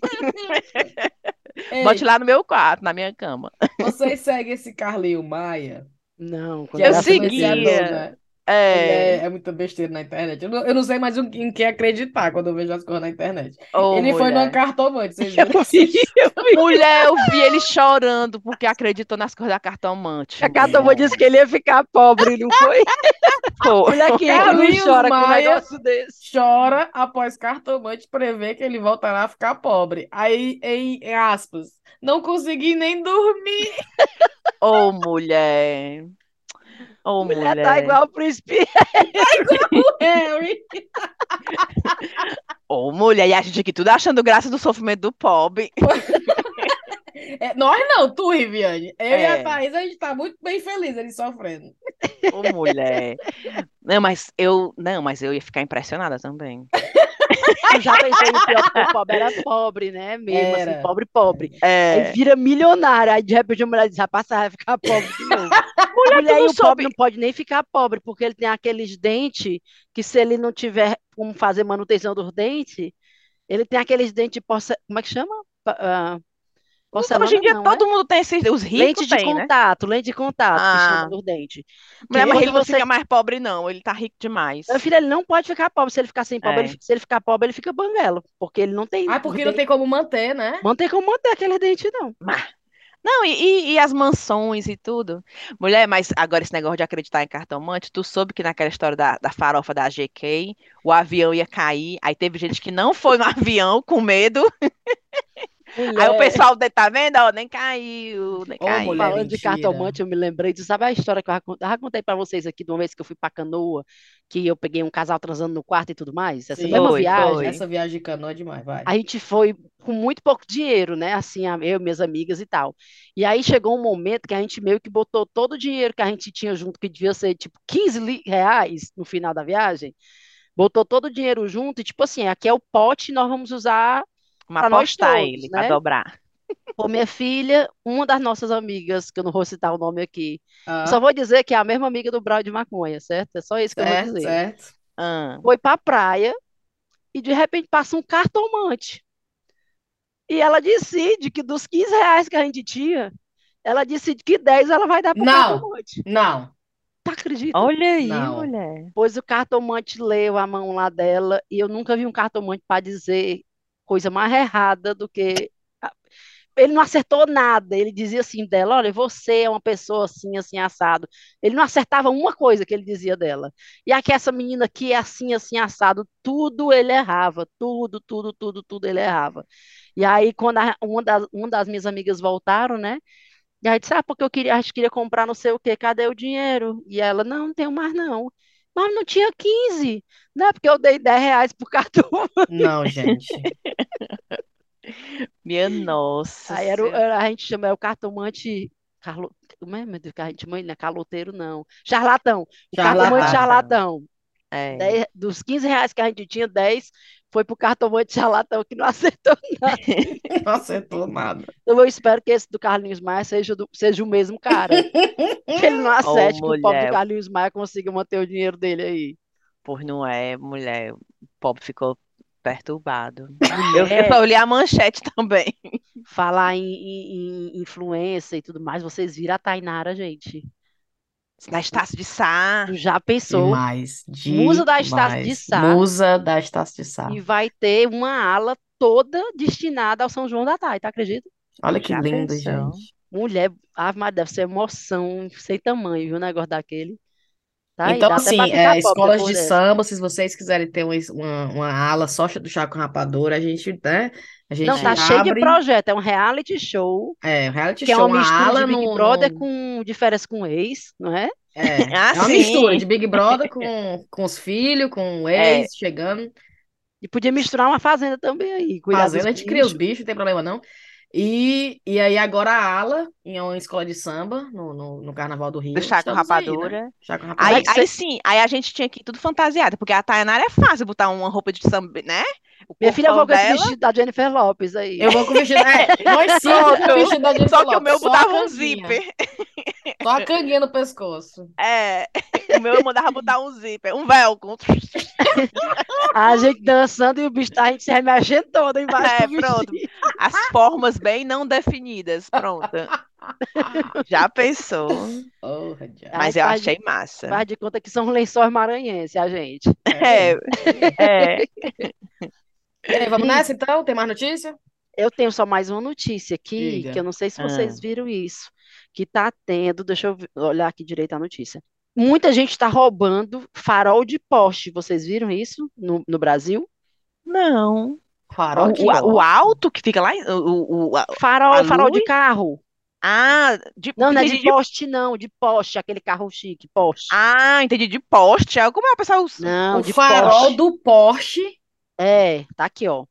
Ei, Bote lá no meu quarto, na minha cama. vocês seguem esse Carlinho Maia? Não, quando Que é Eu era esse segui. influenciador, influenciador. né? É. Ele é, é muita besteira na internet. Eu não, eu não sei mais o- em que acreditar quando eu vejo as coisas na internet. Ô, ele foi numa mulher. cartomante, *laughs* vocês Eu viram? vi, Mulher, eu vi ele chorando porque acreditou nas coisas da cartomante. A Catomã um disse que ele ia ficar pobre, não *laughs* foi? É, Pô. Olha que Carlinhos não chora com um Maia. negócio desse. Chora após cartomante prever que ele voltará a ficar pobre. Aí, em, em aspas, não consegui nem dormir. Ô, mulher. Ô, Mulher tá igual o príncipe. *laughs* Harry. Ô, mulher, e a gente aqui tudo achando graça do sofrimento do pobre. É, nós não, tu, Riviane. Eu e a É. Thaís, a gente tá muito bem feliz ele sofrendo. Ô, mulher. Não, mas eu, não, mas eu ia ficar impressionada também. Eu já pensei no pior, porque o pobre era pobre, né? Mesmo Era. assim, pobre, pobre. Aí É, vira milionário. Aí de repente a mulher diz: rapaz, você vai ficar pobre de *laughs* novo. Mulher, e tu não o pobre soube- não pode nem ficar pobre, porque ele tem aqueles dentes que, se ele não tiver como fazer manutenção dos dentes, ele tem aqueles dentes de porce... Como é que chama? Pa- ah, porcelana, hoje em dia não, todo mundo tem esses, os né? Lente ricos de têm, né? contato, lente de contato, que chama Ah. dos dentes. Mulher, mas quando ele não é você- fica mais pobre, não. Ele tá rico demais. Meu filho, ele não pode ficar pobre. Se ele ficar sem pobre, ele É. fi- se ele ficar pobre, ele fica banguelo, porque ele não tem Ah, os porque não dentes- tem como manter, né? Manter como manter aqueles dentes, não. Não, e, e- e as mansões e tudo. Mulher, mas agora esse negócio de acreditar em cartomante, tu soube que naquela história da, da farofa da GK, o avião ia cair, aí teve gente que não foi no *laughs* avião com medo, aí o Mulher, pessoal, de- tá vendo? Ó, nem caiu, nem Ô, caiu. mulher, Falando de mentira. cartomante, eu me lembrei. Tu sabe a história que eu já con- eu já contei pra vocês aqui de uma vez que eu fui pra Canoa, que eu peguei um casal transando no quarto e tudo mais? Essa Sim. mesma Foi, viagem. foi. Essa viagem de canoa é demais, vai. A gente foi com muito pouco dinheiro, né? Assim, a- eu, minhas amigas e tal. E aí chegou um momento que a gente meio que botou todo o dinheiro que a gente tinha junto, que devia ser tipo 15 li- reais no final da viagem. Botou todo o dinheiro junto e, tipo assim, aqui é o pote, nós vamos usar Mas pra nós apostar todos, ele, pra né? dobrar. por minha filha, uma das nossas amigas, que eu não vou citar o nome aqui. Ah, Só vou dizer que é a mesma amiga do Brau de Maconha, certo? É só isso que eu vou certo, dizer. certo. Ah, Foi pra praia e de repente passa um cartomante. E ela decide que dos 15 reais que a gente tinha, ela decide que 10 ela vai dar pro Não. cartomante. Tá Não. Tu acredita? olha aí, Não. mulher. Pois o cartomante leu a mão lá dela e eu nunca vi um cartomante para dizer coisa mais errada do que. Ele não acertou nada. Ele dizia assim dela: olha, você é uma pessoa assim, assim, assado. Ele não acertava uma coisa que ele dizia dela. E aqui, essa menina aqui é assim, assim, assado. Tudo ele errava. Tudo, tudo, tudo, tudo ele errava. E aí, quando a- uma das, uma das minhas amigas voltaram, né? E aí disse, ah, porque eu queria, acho que queria comprar não sei o quê, cadê o dinheiro? E ela, não, não tenho mais não. Mas não tinha 15. Não, porque eu dei 10 reais pro *laughs* cartão. Não, gente. *laughs* Minha nossa Aí era, o- senhora. era- a gente chama, é o cartomante... Carlo, como é, meu Deus, que a gente chama ele, né? Caloteiro, não. Charlatão. O cartomante Charlatão. charlatão. É. Dez- dos 15 reais que a gente tinha, 10 foi pro cartomante charlatão que não *laughs* aceitou nada. Não acertou nada. Então eu espero que esse do Carlinhos Maia seja, do- seja o mesmo *laughs* cara. Que ele não acerte que o pobre mulher. do Carlinhos Maia consiga manter o dinheiro dele aí. Pois não é, mulher. O pobre ficou perturbado. Eu, eu Mulher, só olhei a manchete também. É. *laughs* falar em, em- em influência e tudo mais, vocês viram a Tainara, gente. Da Estácio de Sá. Tu já pensou? Demais, Musa da Estácio de demais. Sá. Musa da Estácio de Sá. E vai ter uma ala toda destinada ao São João da Thay, tá? Acredita? Olha que Já lindo, pensou? gente. Mulher, ave Maria, deve ser emoção sem tamanho, viu? O negócio daquele. Tá aí, Então, dá até pra assim, ficar é, pobre escolas depois de dessa. samba, se vocês quiserem ter uma, uma, uma ala só do chá com rapadura, a gente, né? A Não, gente tá cheio de abre, projeto, é um reality show, é, reality que é show, uma mistura ala de Big no, Brother no- com de férias com ex, não é? *laughs* *laughs* É, Ah, é uma sim. mistura Assim. de Big Brother com, com os filhos, com o É. ex chegando. E podia misturar uma fazenda também aí, cuidar dos Fazenda, a gente cria os bichos. bichos, não tem problema não. E, e aí agora a ala em uma escola de samba, no, no, no Carnaval do Rio. Do Chá com Estamos aí, né? Rapadura. Chá com Aí, rapadura. Mas é que aí sim, aí a gente tinha que ir tudo fantasiada, porque a Tainara é fácil botar uma roupa de samba, né? O Minha filha, eu vou corpão com esse dela. vestido da Jennifer Lopes aí. Eu vou com o vestido. *laughs* É, nós cinco com o Pronto. vestido da Jennifer Só que o meu Lopes, só a botava um canguinha, zíper. Só a canguinha no pescoço. É, *laughs* o meu eu mandava botar um zíper, um velcro. A gente dançando e o bicho, tá, a gente se remexendo toda embaixo É, do pronto. vestido. As formas bem não definidas. Pronto. Já pensou. Oh, já. Ai, Mas eu faz- achei massa. Faz de conta que são *laughs* lençóis maranhenses, a gente. É, é. E aí, vamos nessa então? Tem mais notícia? Eu tenho só mais uma notícia aqui, Diga. que eu não sei se vocês Ah. viram isso, que tá tendo, deixa eu vi- olhar aqui direito a notícia. Muita gente está roubando farol de poste. Vocês viram isso no, no Brasil? Não. Farol O, de o, o bola. alto que fica lá. em- O, o, o- a- Farol, A farol de luz? carro. ah, de, Não, não é entendi de poste, não, de poste, aquele carro chique, poste. Ah, entendi. De poste. Ah, Como é o pessoal. Não, O de farol poste. do Porsche. É, tá aqui, ó.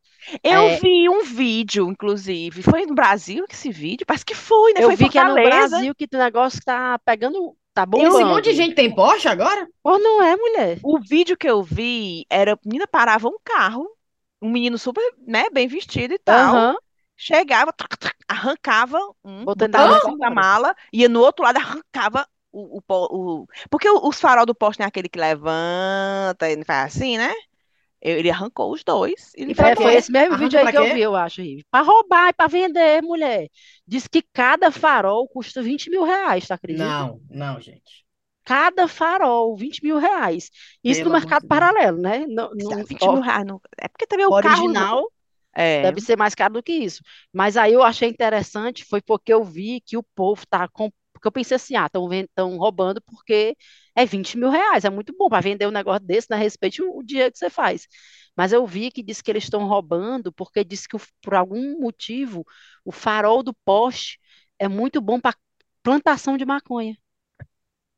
Eu É. vi um vídeo, inclusive. Foi no Brasil esse vídeo? Parece que foi, né? Eu Foi em vi que é no Fortaleza. um Brasil que o negócio tá pegando, tá Esse bombando. um monte de gente tem Porsche agora? Ou não é, mulher? O vídeo que eu vi era a menina parava um carro, um menino super, né, bem vestido e tal. Aham. Chegava, tuc, tuc, arrancava um, Botando botava na no mala. porta-mala, ia no outro lado, arrancava o, o, po- o- Porque o- os farol do poste não é aquele que levanta e faz assim, né? Ele arrancou os dois e E Pra foi, quê? foi esse mesmo Arranca vídeo aí pra que eu quê? vi, eu acho, Rive. Pra roubar e pra vender, mulher. Diz que cada farol custa 20 mil reais, tá acredita? Não, não, gente. Cada farol, 20 mil reais. Isso Pelo no amor mercado de Deus. paralelo, né? No, Dá no- 20 mil reais. no- É porque também o carro. original É. deve ser mais caro do que isso. Mas aí eu achei interessante, foi porque eu vi que o povo tá com. Porque eu pensei assim, ah, estão tão roubando porque é 20 mil reais, é muito bom para vender um negócio desse, né? Respeite o, o dinheiro que você faz. Mas eu vi que disse que eles estão roubando porque disse que o- por algum motivo o farol do poste é muito bom para plantação de maconha.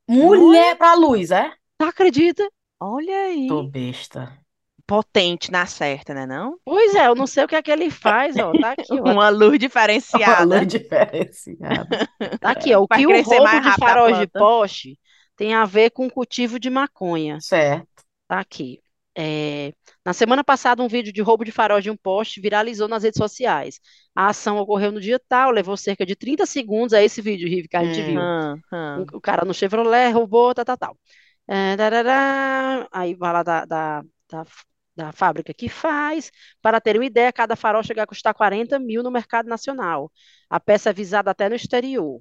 Mulher pra luz, é? Tu acredita? Olha aí. Tô besta. *laughs* Potente na certa, né, não? Pois é, eu não sei o que é que ele faz, ó, tá aqui, ó. *laughs* Uma luz Uma diferenciada. luz diferenciada. Tá aqui, ó. O Vai que o crescer roubo mais de rápido a faróis de planta. poste tem a ver com o cultivo de maconha. Certo. Tá aqui. É, na semana passada, um vídeo de roubo de farol de um poste viralizou nas redes sociais. A ação ocorreu no dia tal, levou cerca de 30 segundos. É esse vídeo, Rive, que a gente Hum. viu. Hum, Um- hum. O cara no Chevrolet roubou, tal, tal, tal. É, tarará, aí vai lá da, da, da, da fábrica que faz. Para ter uma ideia, cada farol chega a custar 40 mil no mercado nacional. A peça é visada até no exterior.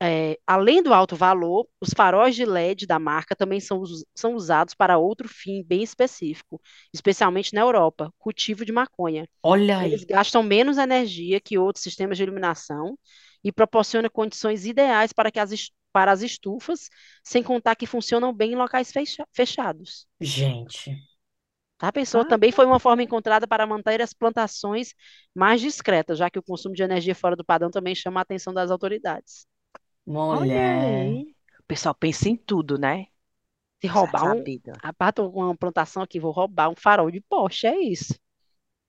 É, além do alto valor, os faróis de LED da marca também são, us- são usados para outro fim bem específico, especialmente na Europa, cultivo de maconha. Olha Eles aí. gastam menos energia que outros sistemas de iluminação e proporcionam condições ideais para que as, es- para as estufas, sem contar que funcionam bem em locais fecha- fechados. Gente. Tá, pessoal? Ah, Também foi uma forma encontrada para manter as plantações mais discretas, já que o consumo de energia fora do padrão também chama a atenção das autoridades. Olha Mulher. aí. O pessoal pensa em tudo, né? Se roubar um, Sabido. Rapaz, tô com uma plantação aqui, vou roubar um farol de poste, é isso.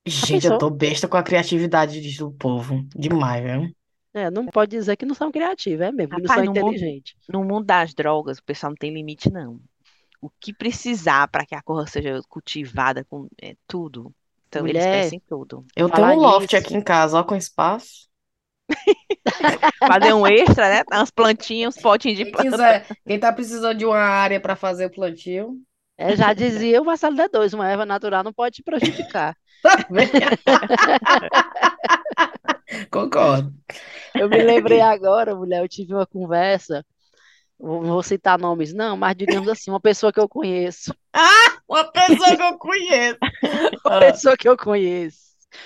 Gente, eu pensou? tô besta com a criatividade do povo. Demais, viu? É, não pode dizer que não são criativos, é mesmo, que não Rapaz, são no mundo- inteligentes. No mundo das drogas, o pessoal não tem limite, não. o que precisar para que a cor seja cultivada com é, tudo. Então, eles Mulher, pensam em tudo. Eu tenho Falar um loft nisso. aqui em casa, ó, com espaço. Fazer um extra, né? Umas plantinhas, uns potinhos de Quem planta. quiser, quem tá precisando de uma área para fazer o plantio, É, já dizia o Marcelo D2, uma erva natural não pode te prejudicar. também. *laughs* Concordo. Eu me lembrei agora, mulher, eu tive uma conversa, vou- não vou citar nomes, não, mas digamos assim, uma pessoa que eu conheço, Uma pessoa que eu conheço. uma pessoa que eu conheço,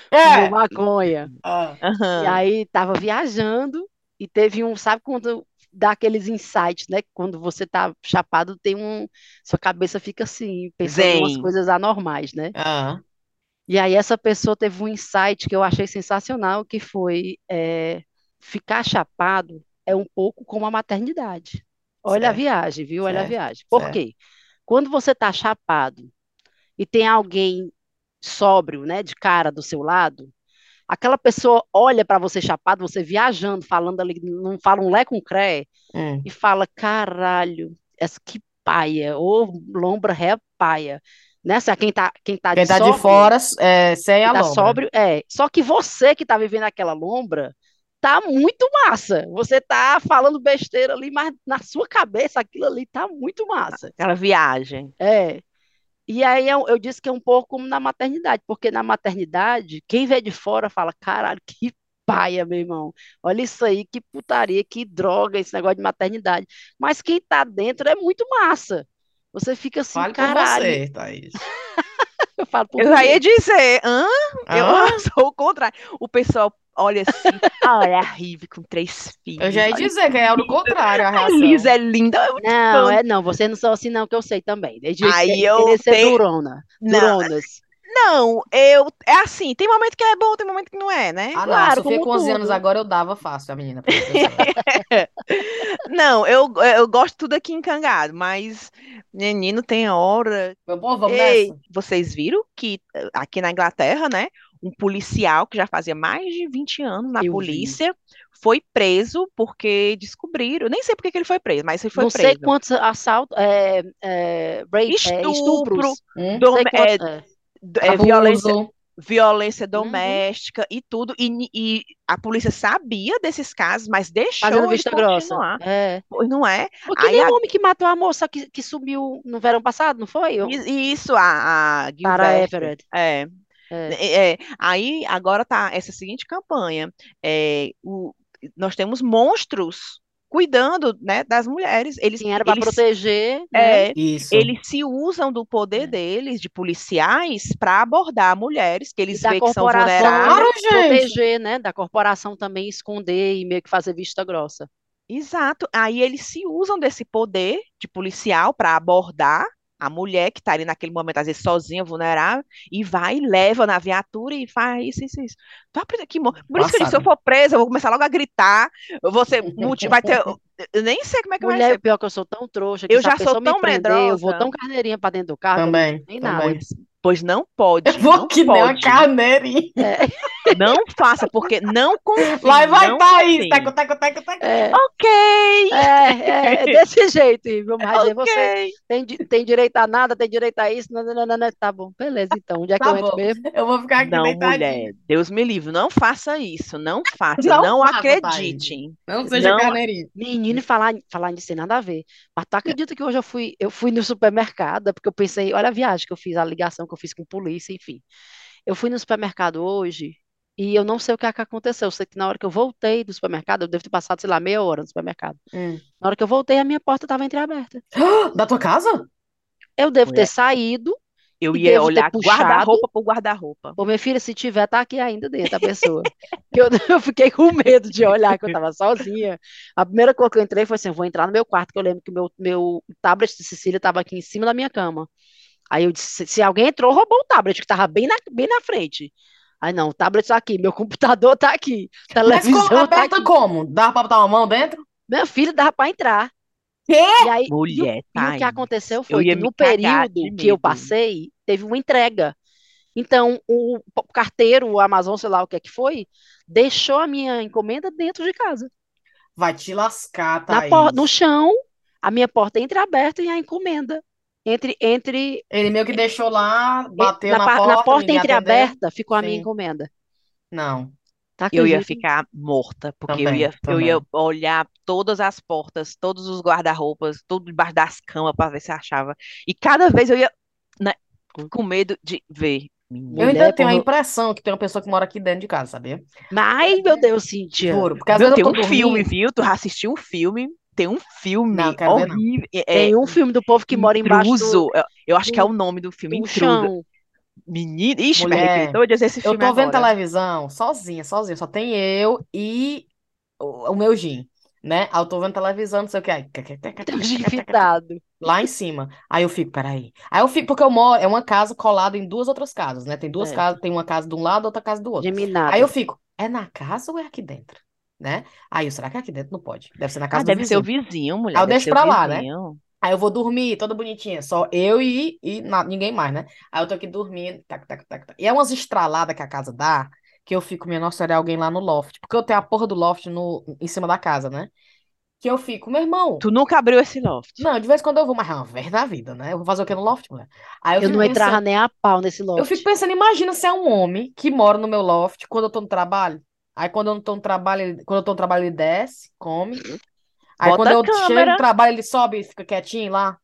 fumou É. maconha. Ah. E Aham. aí tava viajando e teve um, sabe quando dá aqueles insights, né? Quando você tá chapado, tem um, sua cabeça fica assim, pensando em umas Zen. coisas anormais, né? Ah. E aí essa pessoa teve um insight que eu achei sensacional, que foi é, ficar chapado é um pouco como a maternidade. Olha a Certo, viagem, viu? Olha a certo, viagem. Por certo. quê? Quando você está chapado e tem alguém sóbrio, né, de cara do seu lado, aquela pessoa olha para você chapado, você viajando, falando ali, não fala um lé com cré, Hum. e fala, caralho, essa que paia, ou lombra ré paia. Né? Assim, quem tá, quem tá Quem de tá de sóbrio, fora é, sem que a tá lombra. sóbrio, é. Só que você que tá vivendo aquela lombra, tá muito massa. Você tá falando besteira ali, mas na sua cabeça aquilo ali tá muito massa. Aquela viagem. É. E aí eu, eu disse que é um pouco como na maternidade, porque na maternidade, quem vê de fora fala, caralho, que paia, meu irmão. Olha isso aí, que putaria, que droga, esse negócio de maternidade. Mas quem tá dentro é muito massa. Você fica assim, Fale por caralho, você, Thaís. eu falo por Eu mim já ia mesmo. dizer, hã? Eu Ah, *laughs* sou o contrário. O pessoal olha assim, olha a Rive com três filhos. eu já ia olha dizer que é o contrário a A reação. Elisa é linda. é muito Não, fã. é não, vocês não são assim não, que eu sei também. Eles Aí querem eu querer ser tenho- durona, Não, duronas. não, eu. É assim, tem momento que é bom, tem momento que não é, né? Ah, não, a Claro, Sofia como com 11 anos tudo. agora eu dava fácil a menina. pra você saber. tá. Não, eu, eu gosto tudo aqui encangado, mas menino tem hora. Meu povo, vamos Ei, nessa? vocês viram que eh, aqui na Inglaterra, né, um policial que já fazia mais de 20 anos na Eu vi. polícia foi preso porque descobriram, nem sei por que que ele foi preso, mas ele foi Não sei preso. quantos assaltos, é, é, rape- é, Estupro, estupros, Hum? não sei dom- eh, quantos, é, d- eh, violência, Abuso. violência uhum, doméstica e tudo, e, ni- e a polícia sabia desses casos, mas fazendo deixou ele vista grossa. continuar, É. pois não é? Foi que Aí nem a o homem que matou a moça que, que sumiu no verão passado, não foi? Eu- E- Isso, a, a Sarah Gilvestre. Everett. É, É. é, é. aí agora tá essa seguinte campanha. é, o- nós temos monstros cuidando, né, das mulheres. Eles, Sim, era para eles, proteger, né? é, Isso. eles se usam do poder É. deles, de policiais, para abordar mulheres que E eles da veem que são corporação, vulneráveis. Claro, né? gente. Proteger, né? Da corporação também esconder e meio que fazer vista grossa. Exato. Aí eles se usam desse poder de policial para abordar a mulher que está ali naquele momento, às vezes sozinha, vulnerável, e vai, e leva na viatura e faz isso, isso, isso. Tô aprendendo que mo- Por isso que eu disse, se eu Passada. for presa, eu vou começar logo a gritar. Você vai ter. Eu nem sei como é que vai Mulher, ser. pior que eu sou tão trouxa que Eu se a já sou pessoa me tão prender, eu vou medrosa. tão carneirinha pra dentro do carro que eu não digo Também, nem nada. também. Pois, pois não Eu pode, vou não que nem uma pode. carneirinha. É, Não faça, porque não Lá confie, *laughs* vai, tá não Thaís. Teco, confie. teco, teco, teco. é, Ok, é, é desse jeito, Ivo. Mas é aí você ok. tem, di- tem direito a nada, tem direito a isso. nananana, tá bom, beleza, então. Onde é que Tá eu entro bom. mesmo? Eu vou ficar aqui Não, mulher, deitadinha. Deus me livre, não faça isso, não faça, Não não faça, Thaís. acredite. Não seja Não, carneirinha. Menino, e falar, falar nisso sem nada a ver. Mas tu acredita que hoje eu fui, eu fui no supermercado, é porque eu pensei, olha a viagem que eu fiz, a ligação que eu fiz com polícia, enfim. Eu fui no supermercado hoje e eu não sei o que, é que aconteceu. Eu sei que na hora que eu voltei do supermercado, eu devo ter passado, sei lá, meia hora no supermercado. Hum. Na hora que eu voltei, a minha porta estava entreaberta. Da tua casa? Eu devo ter mulher, saído eu e é ia devo ter olhar puxado. guarda-roupa por guarda-roupa. Ô, minha filha, se tiver, tá aqui ainda dentro a pessoa. Que eu, *laughs* eu fiquei com medo de olhar, que eu tava sozinha. A primeira coisa que eu entrei foi assim: eu vou entrar no meu quarto, que eu lembro que o meu, meu tablet de Cecília tava aqui em cima da minha cama. Aí eu disse: se alguém entrou, roubou o tablet, que tava bem na, bem na frente. Aí não, o tablet tá aqui, meu *laughs* computador tá aqui, Mas como, televisão tá aberta aqui. como? Dá pra botar uma mão dentro? Meu filho dava pra entrar. Quê? E aí, e o, Mulher, e o que Thaís, aconteceu eu foi ia que me no cagar de período que eu medo. passei, teve uma entrega. Então, o p- carteiro, o Amazon, sei lá o que é que foi, deixou a minha encomenda dentro de casa. Vai te lascar, Na por- no Thaís. chão, a minha porta entreaberta e a encomenda. Entre, entre Ele meio que deixou lá, bateu na, na par- porta, ninguém atendeu. entreaberta ficou a minha Sim. encomenda. Não. Tá Eu ia acredita? ficar morta, porque eu Também, ia, eu ia também. olhar todas as portas, todos os guarda-roupas, tudo debaixo das camas para ver se achava. E cada vez eu ia, né, com medo de ver. Eu Mulher, ainda tenho a quando- impressão que tem uma pessoa que mora aqui dentro de casa, sabia? Ai, meu Deus, Cíntia. Juro, porque às Viu, vezes tem eu um tô filme, dormindo. viu? Tu já assistiu um filme? Tem um filme Não, quero ver não. horrível. É, é Tem um filme do povo que mora embaixo do, Intruso. Eu, eu acho que é do- o nome do filme, do Intruso. chão. Menino, ixi, me Mulher, arrepiei todo de dizer esse Eu filme tô vendo agora. televisão sozinha, sozinha, só tem eu e o, o meu gin, né? Aí eu tô vendo televisão, não sei o que. Aí... Tá *laughs* Endividado. Lá em cima. Aí eu fico, peraí. Aí eu fico, porque eu moro, é uma casa colada em duas outras casas, né? Tem duas É. Certo. casas, tem uma casa de um lado, outra casa do outro. Geminado. Aí eu fico, é na casa ou é aqui dentro? Né? Aí eu, será que é aqui dentro? Não pode. Deve ser na Ah, casa do deve ser o vizinho. vizinho, mulher. Aí eu deve deixo ser o pra lá, né? vizinho. Aí eu vou dormir, toda bonitinha, só eu e, e na- ninguém mais, né? Aí eu tô aqui dormindo, tac, tac, tac, tac. E é umas estraladas que a casa dá, que eu fico, minha nossa, era alguém lá no loft. Porque eu tenho a porra do loft no, em cima da casa, né? Que eu fico, meu irmão, Tu nunca abriu esse loft. não, de vez em quando eu vou, mas é uma vez na vida, né? Eu vou fazer o quê no loft, mulher? Aí eu Eu fico não entrava pensando, nem a pau nesse eu loft. fico pensando, imagina se é um homem que mora no meu loft quando eu tô no trabalho. Aí quando eu não tô no trabalho, ele- quando eu tô no trabalho, ele desce, come. Aí Bota quando eu a chego no câmera. trabalho, ele sobe e fica quietinho lá.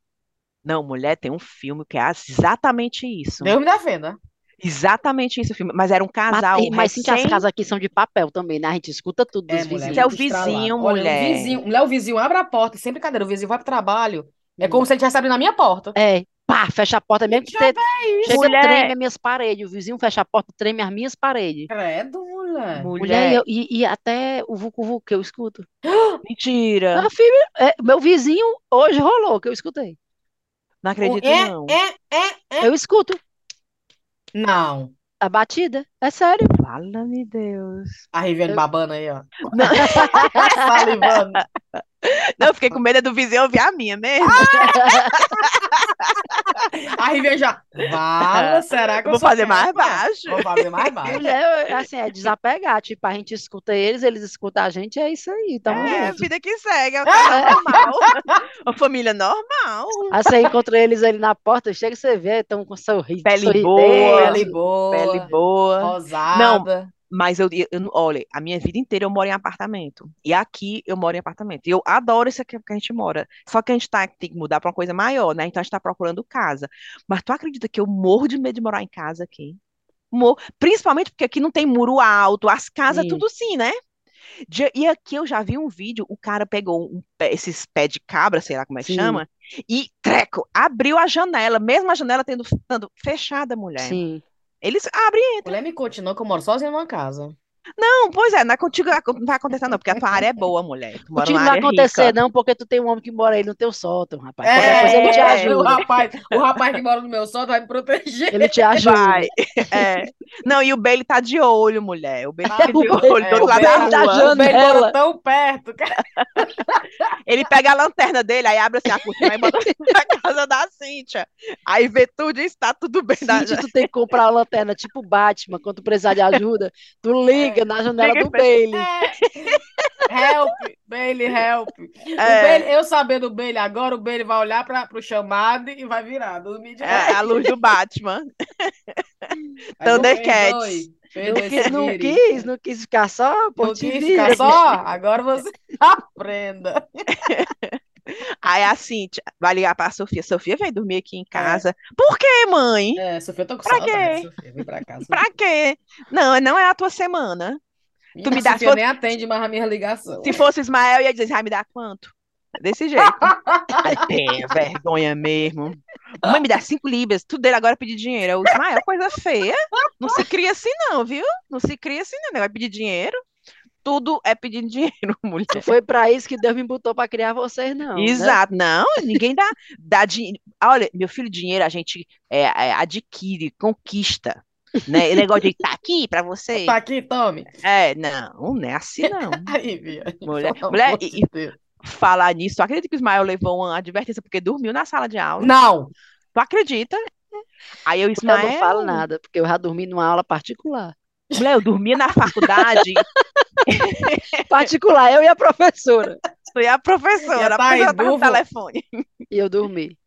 Não, mulher, tem um filme que é exatamente isso. Deus me defenda. Exatamente isso, o filme. Mas era um Mas, casal e- mas sim que as recém. casas aqui são de papel também, né? A gente escuta tudo dos É, mulher, vizinhos. Esse é o muito vizinho, estralado. Olha, o mulher. vizinho, mulher, o vizinho abre a porta, sem brincadeira, o vizinho vai pro trabalho. É como Hum. se ele estivesse abrindo na minha porta. É, pá, fecha a porta mesmo que Que te- diabo é isso? chega, treme Mulher, as minhas paredes. O vizinho fecha a porta, treme as minhas paredes. Credo, mulher. Mulher, e, mulher, eu- e- e até o vucu que eu escuto. mentira. Ah, filha, é, meu vizinho hoje rolou, que eu escutei. Não O acredito, é, não. é, é. Eu escuto Não. a batida, é sério. Fala-me Deus. A Riviane Eu- babando aí, ó. *laughs* Não, Salivando. *laughs* não, eu fiquei com medo do vizinho ouvir a minha mesmo. A Riviane já. Vala, será que eu Vou sou fazer quem? mais baixo. Vou fazer mais baixo. Mulher, assim, é desapegar. Tipo, a gente escuta eles, eles escutam a gente, é isso aí, tamo É, junto. vida que segue, é um casal normal. *laughs* Uma família normal. Aí você encontra eles ali na porta, chega e você vê, estão com um sorriso, Pele boa, Pele sorridente. boa, Pele boa. rosada. Mas eu, eu, não- olha, a minha vida inteira eu moro em apartamento. E aqui eu moro em apartamento. E eu adoro isso aqui que a gente mora. Só que a gente tá, tem que mudar pra uma coisa maior, né? Então a gente tá procurando casa. Mas tu acredita que eu morro de medo de morar em casa aqui? Mor Principalmente porque aqui não tem muro alto, as casas Sim. tudo sim, né? De- e aqui eu já vi um vídeo, o cara pegou um pé- esses pés de cabra, sei lá como é que Sim. chama, e treco, abriu a janela, mesmo a janela tendo, estando fechada, É. mulher. Sim. Eles abrem e entram. Mulher me continua que eu moro sozinha numa casa. Não, pois é, não é contigo, não vai acontecer não, porque a tua área é boa, mulher. Tu mora Contigo numa não vai área acontecer, é rica. não, porque tu tem um homem que mora aí no teu sótão, rapaz. Qualquer coisa ele te É, É, o ajuda. rapaz, o rapaz que mora no meu sótão vai me *laughs* proteger. Ele te ajuda. Vai. É. Não, e o Bailey tá de olho, mulher. O Bailey Tá *laughs* fica O de Bailey- olho do É, outro o lado bem da Bailey tá rua. janela. o bem mora tão perto, cara. Ele pega a lanterna dele, aí abre assim a cortina e bota na casa da Cíntia. Aí vê tudo e está tudo bem na Cíntia, tu tem que comprar uma lanterna tipo Batman, quando tu precisar de ajuda, tu liga na janela Liga do e faz- Bailey. É. *laughs* Help, Bailey, help. O É. Bailey, eu sabendo do Bailey agora, o Bailey vai olhar para pro chamado e vai virar. Dormir de É, a luz do Batman. Aí me Thundercats. perdoe, É, Não, perdoe qui- esse não guri. quis, não quis ficar só, pô, Não te quis vira, ficar só? bicho. Agora *laughs* você aprenda. Aí a Cíntia vai ligar pra Sofia. Sofia vem dormir aqui em É. casa. Por quê, mãe? É, Sofia, eu tô com Pra saudade, quê? Sofia. Vem pra cá, Pra Sofia. quê? Não, não é a tua semana. Tu Menina, me a dá. Se Sofia fosse, nem atende mais a minha ligação. *laughs* É. se fosse Ismael, eu ia dizer, vai me dar quanto? *laughs* Desse jeito. Ai, tenha vergonha mesmo. Mãe, me dá cinco libras. Tudo dele agora é pedir dinheiro. Eu, Ismael, coisa feia. Não se cria assim, não, viu? Não se cria assim, não. Vai pedir dinheiro. Tudo é pedindo dinheiro, *laughs* mulher. Não foi pra isso que Deus me botou pra criar vocês, não, né? Exato, não, ninguém dá, dá dinheiro. Olha, meu filho, dinheiro a gente é, é, adquire, conquista, né? O negócio de tá aqui pra você. Tá aqui, tome. É, não, não é assim não. Aí, Bia, Mulher, pelo mulher amor e, de Deus. e falar nisso, tu acredita que o Ismael levou uma advertência porque dormiu na sala de aula? Não, Tu acredita? Aí eu, Eu não falo Ismael, nada, porque eu já dormi numa aula particular. mulher, eu dormia na faculdade, Particular, eu e a professora. tu é a já professora, a tá aí, professora tava no duvo. telefone. E eu dormi.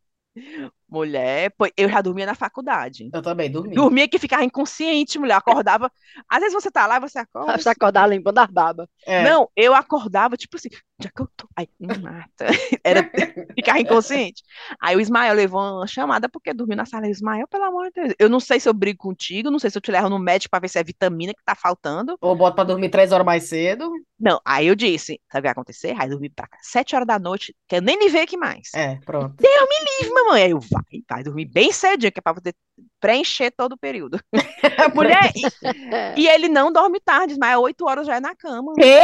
Mulher, pô, eu já dormia na faculdade. Eu também dormi. Dormia que ficava inconsciente, mulher. Acordava. Às vezes você tá lá e você acorda. Você acordar limpando as babas. É. Não, eu acordava, tipo assim, onde é que eu tô? Ai, me mata. *laughs* Era ficar inconsciente. Aí o Ismael levou uma chamada porque dormiu na sala. Eu, Ismael, pelo amor de Deus. Eu não sei se eu brigo contigo, não sei se eu te levo no médico pra ver se é vitamina que tá faltando. Ou bota pra dormir três horas mais cedo. Não, aí eu disse, sabe o que vai acontecer? Aí eu dormi pra cá, sete horas da noite, quero nem me ver aqui mais. É, pronto. Ih, mamãe, aí eu, vai, vai dormir bem cedinho, que é pra poder preencher todo *laughs* o período. *laughs* Mulher, e, É. e ele não dorme tarde, mas oito horas já é na cama. Quê?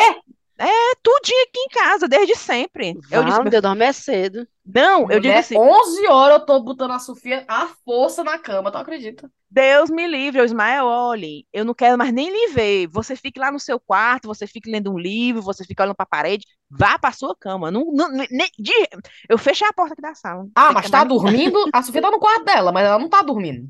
É tudinho aqui em casa, desde sempre. Eu disse, Vale, eu dormir é cedo. não, eu digo Mulher, assim, 11 horas eu tô botando a Sofia à força na cama, tu acredita? Deus me livre, eu, Ismael, olhe, eu não quero mais nem lhe ver. Você fique lá no seu quarto, você fique lendo um livro, você fica olhando pra parede, vá pra sua cama. Não, não- nem- de- eu fechei a porta aqui da sala. Ah, Tem mas que tá mais- dormindo? A Sofia tá no quarto dela, mas ela não tá dormindo.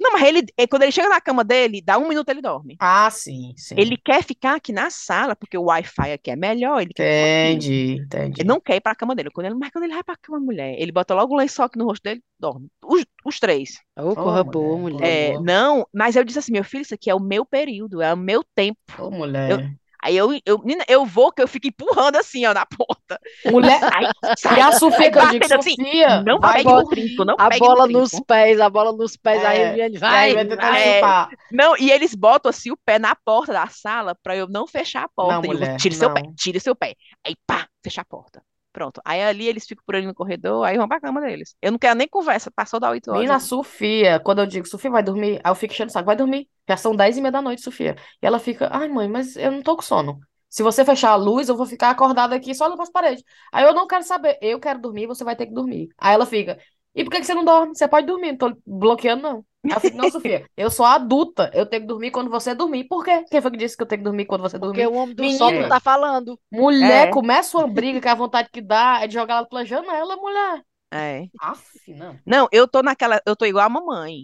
Não, mas ele, é, quando ele chega na cama dele, dá um minuto ele dorme. Ah, sim, sim. Ele quer ficar aqui na sala, porque o Wi-Fi aqui é melhor, ele quer Entendi, *laughs* entendi. Ele não quer ir pra cama dele. Quando ele, mas quando ele vai pra cama, mulher, ele bota logo um lençol aqui no rosto dele, dorme. Os, os três. Ô, mulher, corra boa, corra mulher. É, boa. não, mas eu disse assim, meu filho, isso aqui é o meu período, é o meu tempo. Ô, mulher. Aí eu, eu, menina, eu vou que eu fico empurrando assim, ó, na porta. *laughs* Mulher. Aí E sai, a Sofia Aí que eu batendo digo, assim, Sofia, não vai pegue no dormir. trinco, não É, A pegue no né? bola trinco. nos pés, a bola nos pés. Aí É, a Eliane E aí vai vai, tentar é, vai. limpar. Não, e eles botam assim o pé na porta da sala pra eu não fechar a porta. E eu, mulher, tire seu pé, não. tire seu pé. Aí pá, fecha a porta. Pronto. Aí ali eles ficam por ali no corredor, aí vão pra cama deles. Eu não quero nem conversa, passou da 8 horas. Menina, a Sofia, quando eu digo, Sofia, vai dormir? Aí eu fico enchendo o saco, vai dormir. Já são 10 e meia da noite, Sofia. E ela fica, ai, mãe, mas eu não tô com sono. Se você fechar a luz, eu vou ficar acordada aqui só olhando pras paredes. Aí eu não quero saber, eu quero dormir, você vai ter que dormir. Aí ela fica, e por que que você não dorme? Você pode dormir, não tô bloqueando, não. Aí eu fico, não, *laughs* Sofia, eu sou adulta, eu tenho que dormir quando você dormir. Por quê? Quem foi que disse que eu tenho que dormir quando você Porque dormir? o homem do Menina. sono tá falando. *laughs* Mulher, É. começa uma briga que a vontade que dá é de jogar ela pela janela, mulher. É. Aff, não. Não, eu tô naquela, eu tô igual a mamãe.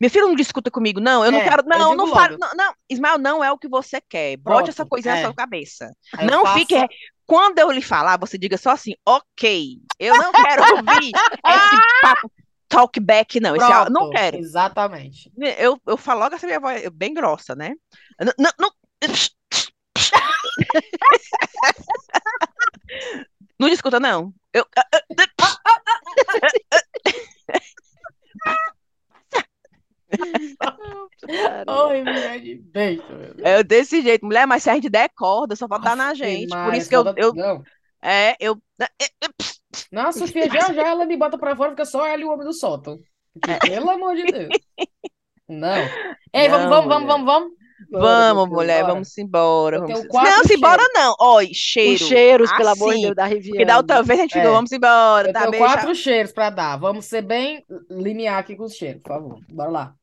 Meu filho não discuta comigo, não, eu não É, quero, eu não, digo não falo, logo. não, não, Ismael, não é o que você quer. Bote essa Pronto, coisinha na é. sua cabeça. Aí eu Não faço fique, quando eu lhe falar, você diga só assim, ok, eu não quero ouvir esse *laughs* papo talk back, não, esse, Pronto, não quero. exatamente. Eu, eu falo logo essa minha voz eu- bem grossa, né? Não, não, não, *laughs* não discuta, não. Eu, Oi, mulher de beijo. meu Deus. eu É, desse jeito, mulher, mas se a gente der corda, só falta dar na Aff, gente. Por Maria, isso que eu, falta- eu, Não, é, eu, não, a Sofia já já ela me bota pra fora, fica só ela e o homem do sótão. Porque, É. pelo amor de *laughs* Deus. Não. Ei, vamos, Não, vamos, vamos, mulher. vamos, vamos. Vamos, mulher, bora. vamos embora. Eu vamos tenho se- Não, quatro se embora cheiros. não. Oi, Os cheiro. cheiros, pelo amor de Assim. Deus, da Porque da outra Riviane. vez a gente É. ficou, vamos embora, Eu tá? tenho Beijo. quatro cheiros pra dar. Vamos ser bem linear aqui com os cheiros, por favor. Bora lá.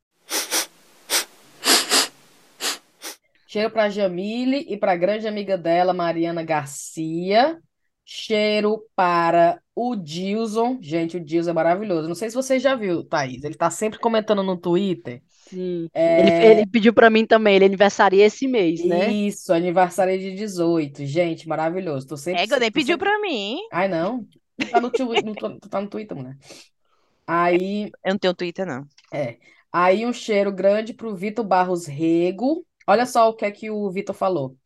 Cheiro para Jamile e para grande amiga dela, Mariana Garcia. Cheiro para o Dilson. Gente, o Dilson é maravilhoso. Não sei se você já viu, Thaís. Ele tá sempre comentando no Twitter. Sim. Ele, É, ele pediu pra mim também, ele aniversaria esse mês, né? Isso, aniversário de 18. Gente, maravilhoso. Tô sempre. É, que eu nem tô pediu sempre... pra mim. Ai, não. Tu tá no, twi- no, tu tá no Twitter, mulher. Aí. Eu não tenho Twitter, não. É. Aí um cheiro grande para o Vitor Barros Rego. Olha só o que é que o Vitor falou.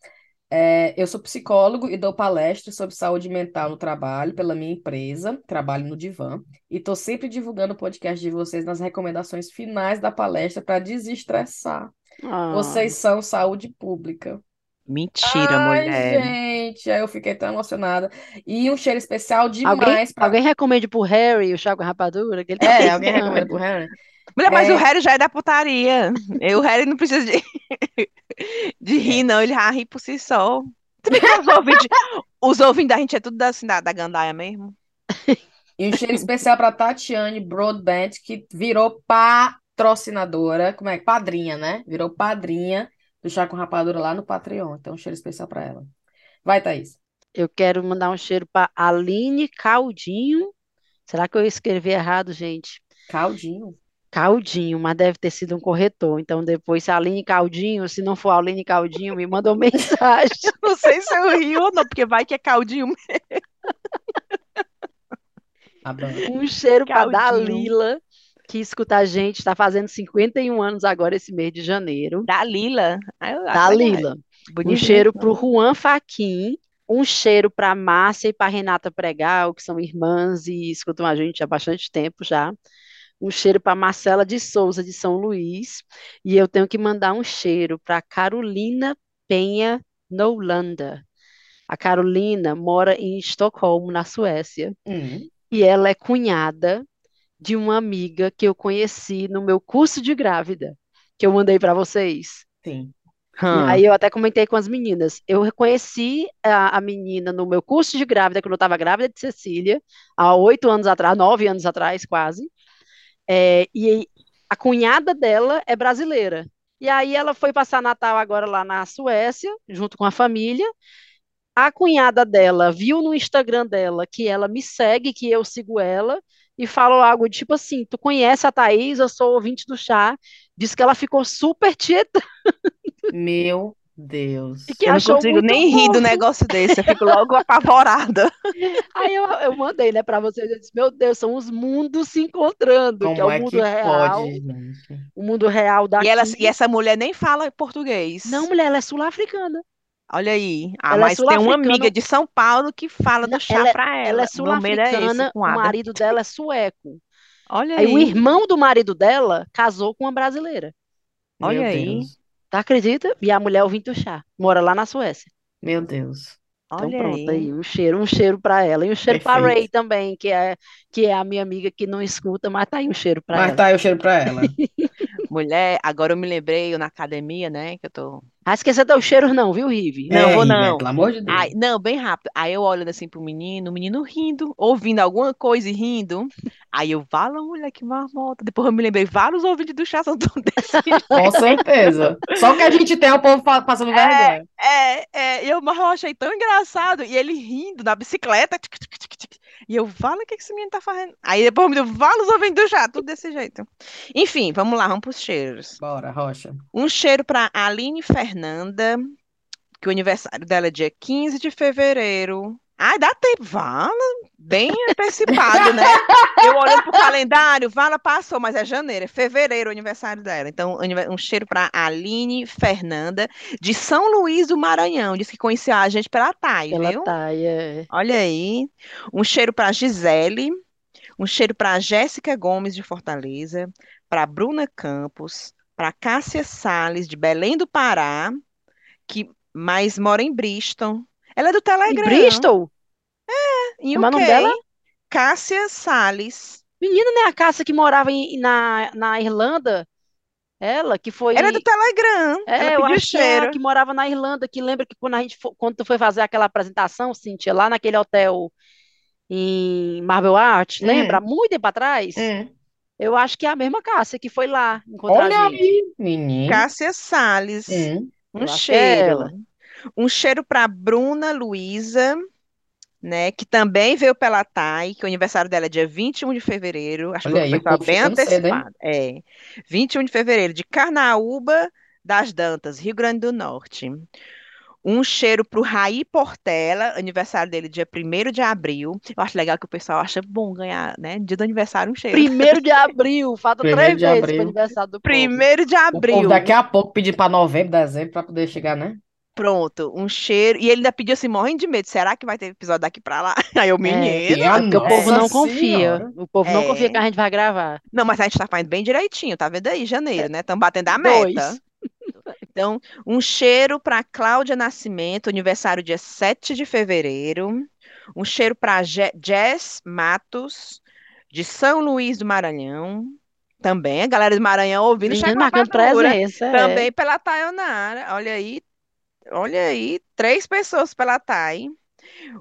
É, eu sou psicólogo e dou palestras sobre saúde mental no trabalho pela minha empresa, trabalho no Divan, e estou sempre divulgando o podcast de vocês nas recomendações finais da palestra para desestressar. Ah, Vocês são saúde pública. Mentira, Ai, mulher. gente, aí eu fiquei tão emocionada. E um cheiro especial alguém, demais para. *laughs* alguém recomende pro Harry o chá com rapadura, que ele tá É, alguém precisando. recomenda pro Harry? Mulher, mas o É. Harry já é da putaria. E O Harry não precisa de, de É. rir, não. Ele já ri por si só. Se bem que os ouvintes, os ouvintes da gente é tudo da, assim, da, da gandaia mesmo. E um cheiro especial para Tatiane Broadbent, que virou patrocinadora, como é? Padrinha, né? Virou padrinha do Chá com Rapadura lá no Patreon. Então, um cheiro especial para ela. Vai, Thaís. Eu quero mandar um cheiro pra Aline Caldinho. Será que eu escrevi errado, gente? Caldinho. Caldinho, mas deve ter sido um corretor. Então, depois, se a Aline Caldinho, se não for a Aline Caldinho, me manda uma *laughs* mensagem. Não sei se eu rio ou não, porque vai que é caldinho. Adoro. Um cheiro para Caldinho. Dalila, que escuta a gente, está fazendo 51 anos agora esse mês de janeiro. Dalila. Ah, eu acho legal. É Dalila. Um Bonitinho. cheiro para o Juan Faquin, um cheiro para Márcia e para Renata Pregal, que são irmãs e escutam a gente há bastante tempo já. Um cheiro para Marcela de Souza, de São Luís. E eu tenho que mandar um cheiro para Carolina Penha Nolanda. A Carolina mora em Estocolmo, na Suécia, Hum. e ela é cunhada de uma amiga que eu conheci no meu curso de grávida, que eu mandei para vocês. Sim. E aí eu até comentei com as meninas. Eu reconheci a, a menina no meu curso de grávida, quando eu estava grávida de Cecília, há oito anos atrás, nove anos atrás, quase. É, e a cunhada dela é brasileira. E aí ela foi passar Natal agora lá na Suécia, junto com a família. A cunhada dela viu no Instagram dela que ela me segue, que eu sigo ela, e falou algo tipo assim: Tu conhece a Thaís? Eu sou ouvinte do chá. Diz que ela ficou super tietã. Meu Deus. E que Eu não achou consigo muito nem rir do fofo. negócio desse, eu fico *laughs* logo apavorada. Aí eu, eu mandei, né, pra vocês, eu disse, meu Deus, são os mundos se encontrando, que é Como o é mundo que real, pode, gente? o mundo real E, ela- daqui. e essa mulher nem fala português. Não, mulher, ela é sul-africana. Olha aí. Ah, Ela é mas tem uma sul-africana. amiga de São Paulo que fala do Não, chá ela- pra Ela é ela. O nome dele é esse, sul-africana, o cunhada. marido dela é *laughs* sueco. Olha Aí o aí. irmão do marido dela casou com uma brasileira, Olha Meu aí. Deus. tá, acredita? E a mulher é ouvinte do chá, mora lá na Suécia. Meu Deus. Então Olha pronto, aí. aí um cheiro, um cheiro pra ela. E um cheiro pra Perfeito. Ray também, que é, que é a minha amiga que não escuta, mas tá aí um cheiro pra Mas ela. tá aí o cheiro pra ela. Mulher, agora eu me lembrei, eu na academia, né, que eu tô... Ah, esquecer teus cheiros *laughs* não, viu, Rive? Não, É, vou River, não. pelo amor de Deus. Ai, não, bem rápido. Aí eu olhando assim pro menino, o menino rindo, ouvindo alguma coisa e rindo. Aí eu, vala, mulher, que marmota. Depois eu me lembrei, vários ouvintes do chá são tão desse jeito. Com certeza. Só que a gente tem é o povo fa- passando vergonha. É, é, e eu, mas eu achei tão engraçado. E ele rindo na bicicleta. tic, tic, tic, tic. E eu, fala, o que que esse menino tá fazendo? Aí depois me deu, vala os ouvintes do chá, tudo desse jeito. Enfim, vamos lá, vamos pros cheiros. Bora, Rocha. Um cheiro pra Aline Fernanda, que o aniversário dela é dia 15 de fevereiro. Ai, dá tempo. Vala, bem antecipado, né? Eu olhando pro calendário, Vala passou, mas é janeiro, é fevereiro o aniversário dela. Então, anive- um cheiro pra Aline Fernanda, de São Luís do Maranhão. Diz que conheceu a gente pela Thay, Ela viu? tá, aí, é. Olha aí. Um cheiro pra Gisele, um cheiro pra Jéssica Gomes, de Fortaleza, pra Bruna Campos, pra Cássia Salles, de Belém do Pará que mais mora em Bristol. Ela é do Em Telegram, Bristol? em Como é o nome UK. dela? Cássia Salles. Menina, né? A Cássia que morava em- na, na Irlanda, ela que foi. Ela é do Telegram. É, Ela eu pediu acho que é a cheiro. que morava na Irlanda, que lembra que quando a gente fo- quando tu foi fazer aquela apresentação, Cintia, lá naquele hotel em Marble É. Arch, lembra? Muito tempo atrás, Hum. eu acho que é a mesma Cássia que foi lá encontrar a Olha gente. aí, é menina. Cássia Salles. Hum. Um Eu acho que é cheiro. ela. Um cheiro para Bruna Luísa, né, que também veio pela Thay, que o aniversário dela é dia 21 de fevereiro. Acho que Olha o aí, o pessoal povo bem chegando cedo, hein? antecipado. É. 21 de fevereiro, de Carnaúba das Dantas, Rio Grande do Norte. Um cheiro pro Raí Portela, aniversário dele dia 1º de abril. Eu acho legal que o pessoal acha bom ganhar, né? Dia do aniversário, um cheiro. Primeiro de abril, falta Primeiro três de vezes pro abril. aniversário do povo. 1º de O povo abril. daqui a pouco pedir pra novembro, dezembro, pra poder chegar, né? Pronto, um cheiro. E ele ainda pediu assim, morrendo de medo. Será que vai ter episódio daqui pra lá? *laughs* Aí eu, É, menino. Minha é porque o povo nossa não confia. senhora. O povo não confia É. que a gente vai gravar. Não, mas a gente tá fazendo bem direitinho, tá vendo aí? Janeiro, né? Estamos batendo a meta. É, Dois. Então, um cheiro para Cláudia Nascimento, aniversário dia 7 de fevereiro. Um cheiro para Jess Matos, de São Luís do Maranhão. Também, a galera do Maranhão ouvindo Menina marcando Chaclapadura. presença, é. Também pela Tayonara. Olha aí, olha aí, três pessoas pela Tay.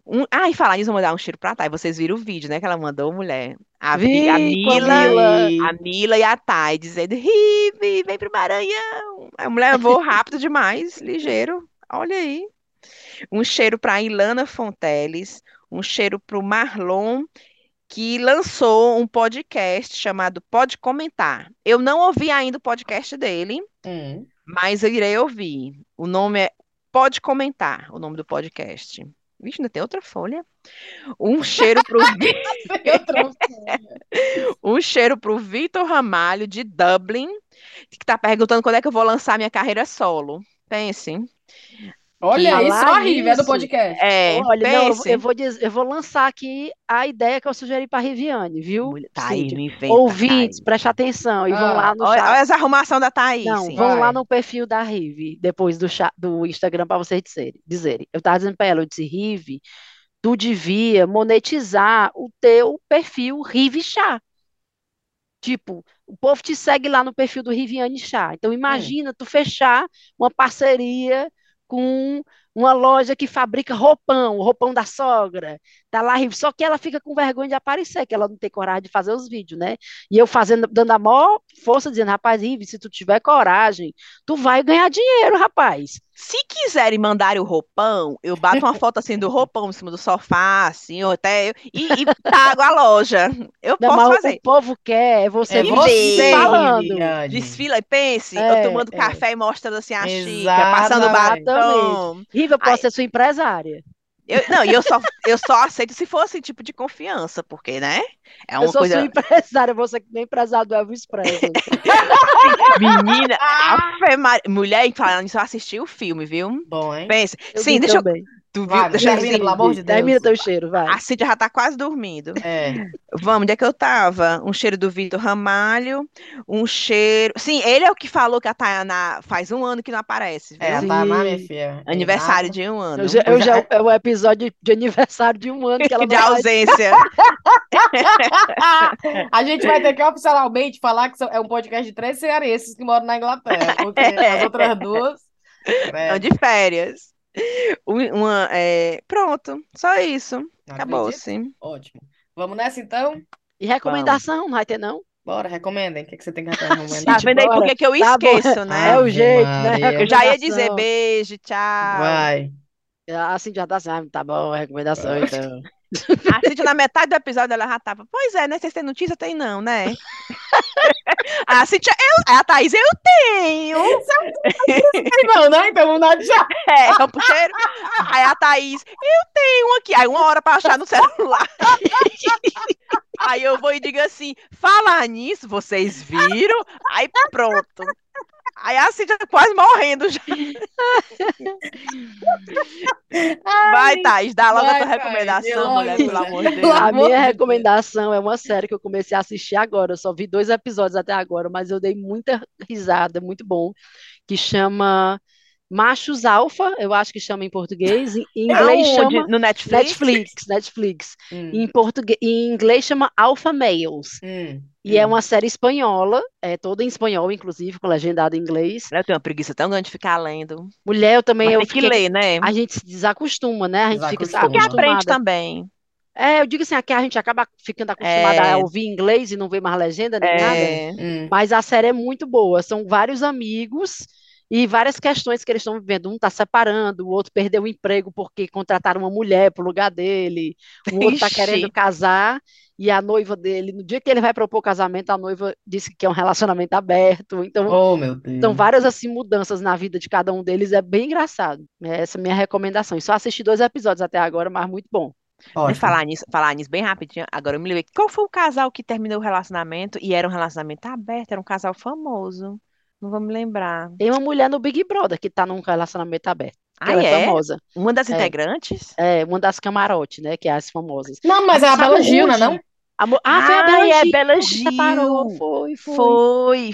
Um... Ah, e falar nisso, eu vou mandar um cheiro pra Thay. Vocês viram o vídeo, né, que ela mandou, mulher. A, Vi- a Vi com a Mila, Mila. a Mila e a Thay dizendo: Rive, vem pro Maranhão. A mulher voou rápido demais, ligeiro. Olha aí. Um cheiro pra Ilana Fonteles, um cheiro pro Marlon, que lançou um podcast chamado Pode Comentar. Eu não ouvi ainda o podcast dele, Hum. *laughs* mas eu irei ouvir. O nome é Pode Comentar, o nome do podcast. Vixe, ainda tem outra folha. Um cheiro *laughs* pro, Vi- Eu trouxe. um cheiro pro Vitor Ramalho, de Dublin, que tá perguntando quando é que eu vou lançar minha carreira solo. Pense. Olha aí, só Falar a Riva é do nisso. podcast. É, Olha, não, eu, vou- pense. eu vou dizer- eu vou lançar aqui a ideia que eu sugeri para Riviane, viu? Mulher, tá aí, Cíntia? não inventa, Ouvintes, Thaís. preste atenção e vão Ah, lá no Olha, chat. olha as arrumações da Thaís. Não, hein? vão lá vai. no perfil da Rive, depois do, cha- do Instagram, para vocês dizerem, dizerem. Eu estava dizendo para ela, eu disse, Rive, tu devia monetizar o teu perfil Rive Chá. Tipo, o povo te segue lá no perfil do Riviane Chá. É. Então, imagina tu fechar uma parceria com uma loja que fabrica roupão, o roupão da sogra. Tá lá, Rive. Só que ela fica com vergonha de aparecer, que ela não tem coragem de fazer os vídeos, né? E eu fazendo, dando a maior força, dizendo, rapaz, Rive, se tu tiver coragem, tu vai ganhar dinheiro, rapaz. Se quiserem mandar o roupão, eu bato uma foto assim do roupão em cima do sofá, assim, ou até eu, e, *laughs* e tago a loja. Eu Não, posso mas o- fazer. o povo quer é você É me você, falando. Viviane. Desfila e pense, É, eu tomando é. café e mostrando assim a xícara, passando Exatamente. batom. Rive, eu posso Ai. ser sua empresária. Eu, não, e eu só, eu só aceito se for assim, tipo de confiança, porque, né? É Eu uma sou sua coisa. empresária, você que nem empresário do Elvis Presley. *laughs* Menina, Ah! Ave Maria- mulher falando nisso, eu assisti o filme, viu? Bom, hein? Pense. Eu *laughs* Sim, vi deixa eu. também. Tu viu? Vai, Deixa eu- termina, pelo amor de Deus. Termina teu cheiro, vai. A Cíntia já tá quase dormindo. É. Vamos, onde é que eu tava? Um cheiro do Vitor Ramalho, um cheiro. Sim, ele é o que falou que a Tayana faz um ano que não aparece, É, viu? a Tainá, minha Sim. filha. Aniversário Exato. de um ano. Eu já, eu já- é o episódio de aniversário de um ano que ela *laughs* De não faz. ausência. Ah, A gente vai ter que oficialmente falar que são- é um podcast de três cearenses que moram na Inglaterra, *laughs* porque as outras duas. né, Não, de férias. Um- Uma, é, Pronto, só isso. não Acabou, acredito. sim. Ótimo. Vamos nessa então? E recomendação, não vai ter, não? Bora, recomendem. O que, que você tem que recomendar? Tá vendo aí por bora. que que eu Tá bom. esqueço, né? É o Ave jeito, Maria. né? Eu já ia dizer Recomendação. beijo, tchau. Vai. A Cintia já tá assim, ah, tá bom, é recomendação, Ah. então. A Cintia, na metade do episódio, ela já tava. Pois é, né? Vocês têm notícia? Tem não, né? *laughs* A Cintia, eu, a Thaís, eu tenho. Não, né? Então vamos dar já. É, é um puxeiro. Aí a Thaís, eu tenho aqui. Aí uma hora pra achar no celular. *laughs* Aí eu vou e digo assim: falar nisso, vocês viram? Aí pronto. Aí a Cintia tá quase morrendo já. Vai, Thaís, dá logo Vai, a tua Thaís, recomendação, logo. mulher, pelo amor de Pelo Deus. então. A amor de minha Deus. recomendação é uma série que eu comecei a assistir agora. Eu só vi dois episódios até agora, mas eu dei muita risada, é muito bom, que chama Machos Alfa, eu acho que chama em português. Em em inglês Aonde? chama No Netflix? Netflix, Netflix. Hum, Em português, em inglês chama Alpha Males. hum, E é hum. uma série espanhola, é toda em espanhol, inclusive, com legendado em inglês. Eu tenho uma preguiça tão grande de ficar lendo. Mulher, eu também Mas eu tem que fiquei- ler, né? a gente se desacostuma, né? A gente fica Desacostuma. Porque aprende acostumada. também. É, eu digo assim, aqui a gente acaba ficando acostumada É. a ouvir inglês e não ver mais legenda nem nada. É. hum. Mas a série é muito boa. São vários amigos e várias questões que eles estão vivendo. Um está separando, o outro perdeu o emprego porque contrataram uma mulher pro lugar dele, o outro está Ixi. querendo casar e a noiva dele, no dia que ele vai propor o casamento, a noiva disse que é um relacionamento aberto. Então, Oh, meu Deus. são várias assim mudanças na vida de cada um deles. É bem engraçado. É Essa é a minha recomendação. E só assisti dois episódios até agora, mas muito bom. E Ótimo. falar nisso, falar nisso bem rapidinho. Agora eu me lembrei. Qual foi o casal que terminou o relacionamento e era um relacionamento aberto? Era um casal famoso. Não vou me lembrar. Tem uma mulher no Big Brother que está num relacionamento aberto. que Ah, ela é é? famosa. Uma das É. integrantes? É, uma das camarote, né? Que é as famosas. Não, mas é a Sabe Bela Gil, né, hoje? não? A mo- Ah, foi a Ai, Bela é Gil Bela que separou. Gil. Foi, foi.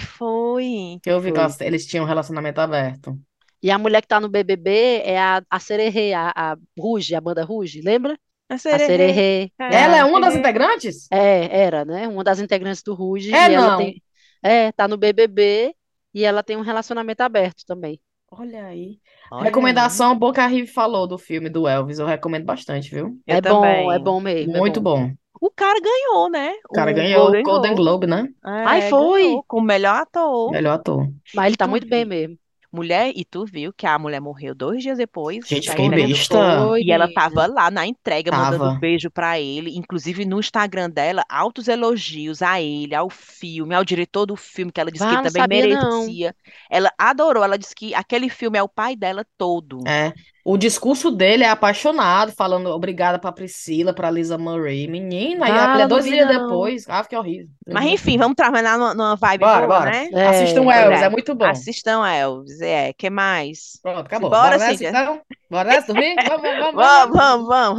Foi, foi. Que eu vi que Foi. elas- eles tinham um relacionamento aberto. E a mulher que tá no BBB é a, a Sererê, a, a Ruge, a banda Ruge, lembra? A A Sererê. Sererê. Ela é uma das É. integrantes? É, era, né? Uma das integrantes do Ruge. É, e ela não. tem. É, tá no BBB e ela tem um relacionamento aberto também. Olha aí. Olha aí. Recomendação, boa que a Rive falou do filme do Elvis, eu recomendo bastante, viu? Eu é bom, é também. bom mesmo, é Muito bom. bom. O cara ganhou, né? O cara O ganhou o Golden Golden Globe, né? Ai, É, foi. ganhou com o melhor ator. Melhor ator. Mas ele E tá tu muito bem vi- mesmo. Mulher, e tu viu que a mulher morreu dois dias depois tá Gente, da Tá fiquei entrega do besta. Foi, E ela tá menina. tava lá na entrega, mandando um Tava. beijo pra ele. Inclusive no Instagram dela, altos elogios a ele, ao filme, ao diretor do filme, que ela disse que Vá, ele não também sabia, não. merecia. Ela adorou, ela disse que aquele filme é o pai dela todo. É. O discurso dele é apaixonado, falando obrigada pra Priscila, pra Lisa Murray. Menina, Ah, e é não dois vi, dias não. depois. Ah, que horrível. Mas enfim, vamos trabalhar numa, numa vibe Bora, boa, bora. né? É, Assistam o pois Elvis, é. é muito bom. Assistam, Elvis. É, que mais? Pronto, acabou. Bora, Bora nessa, Cíntia. então? Bora nessa, *laughs* dormir? Vamos, vamos, Vamos, vamos, vamos, vamos, vamos,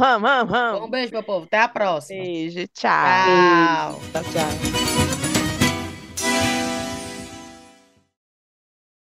vamos. vamos, Um vamos. beijo, meu povo. Até a próxima. Beijo, tchau. Tchau. Tchau, tchau.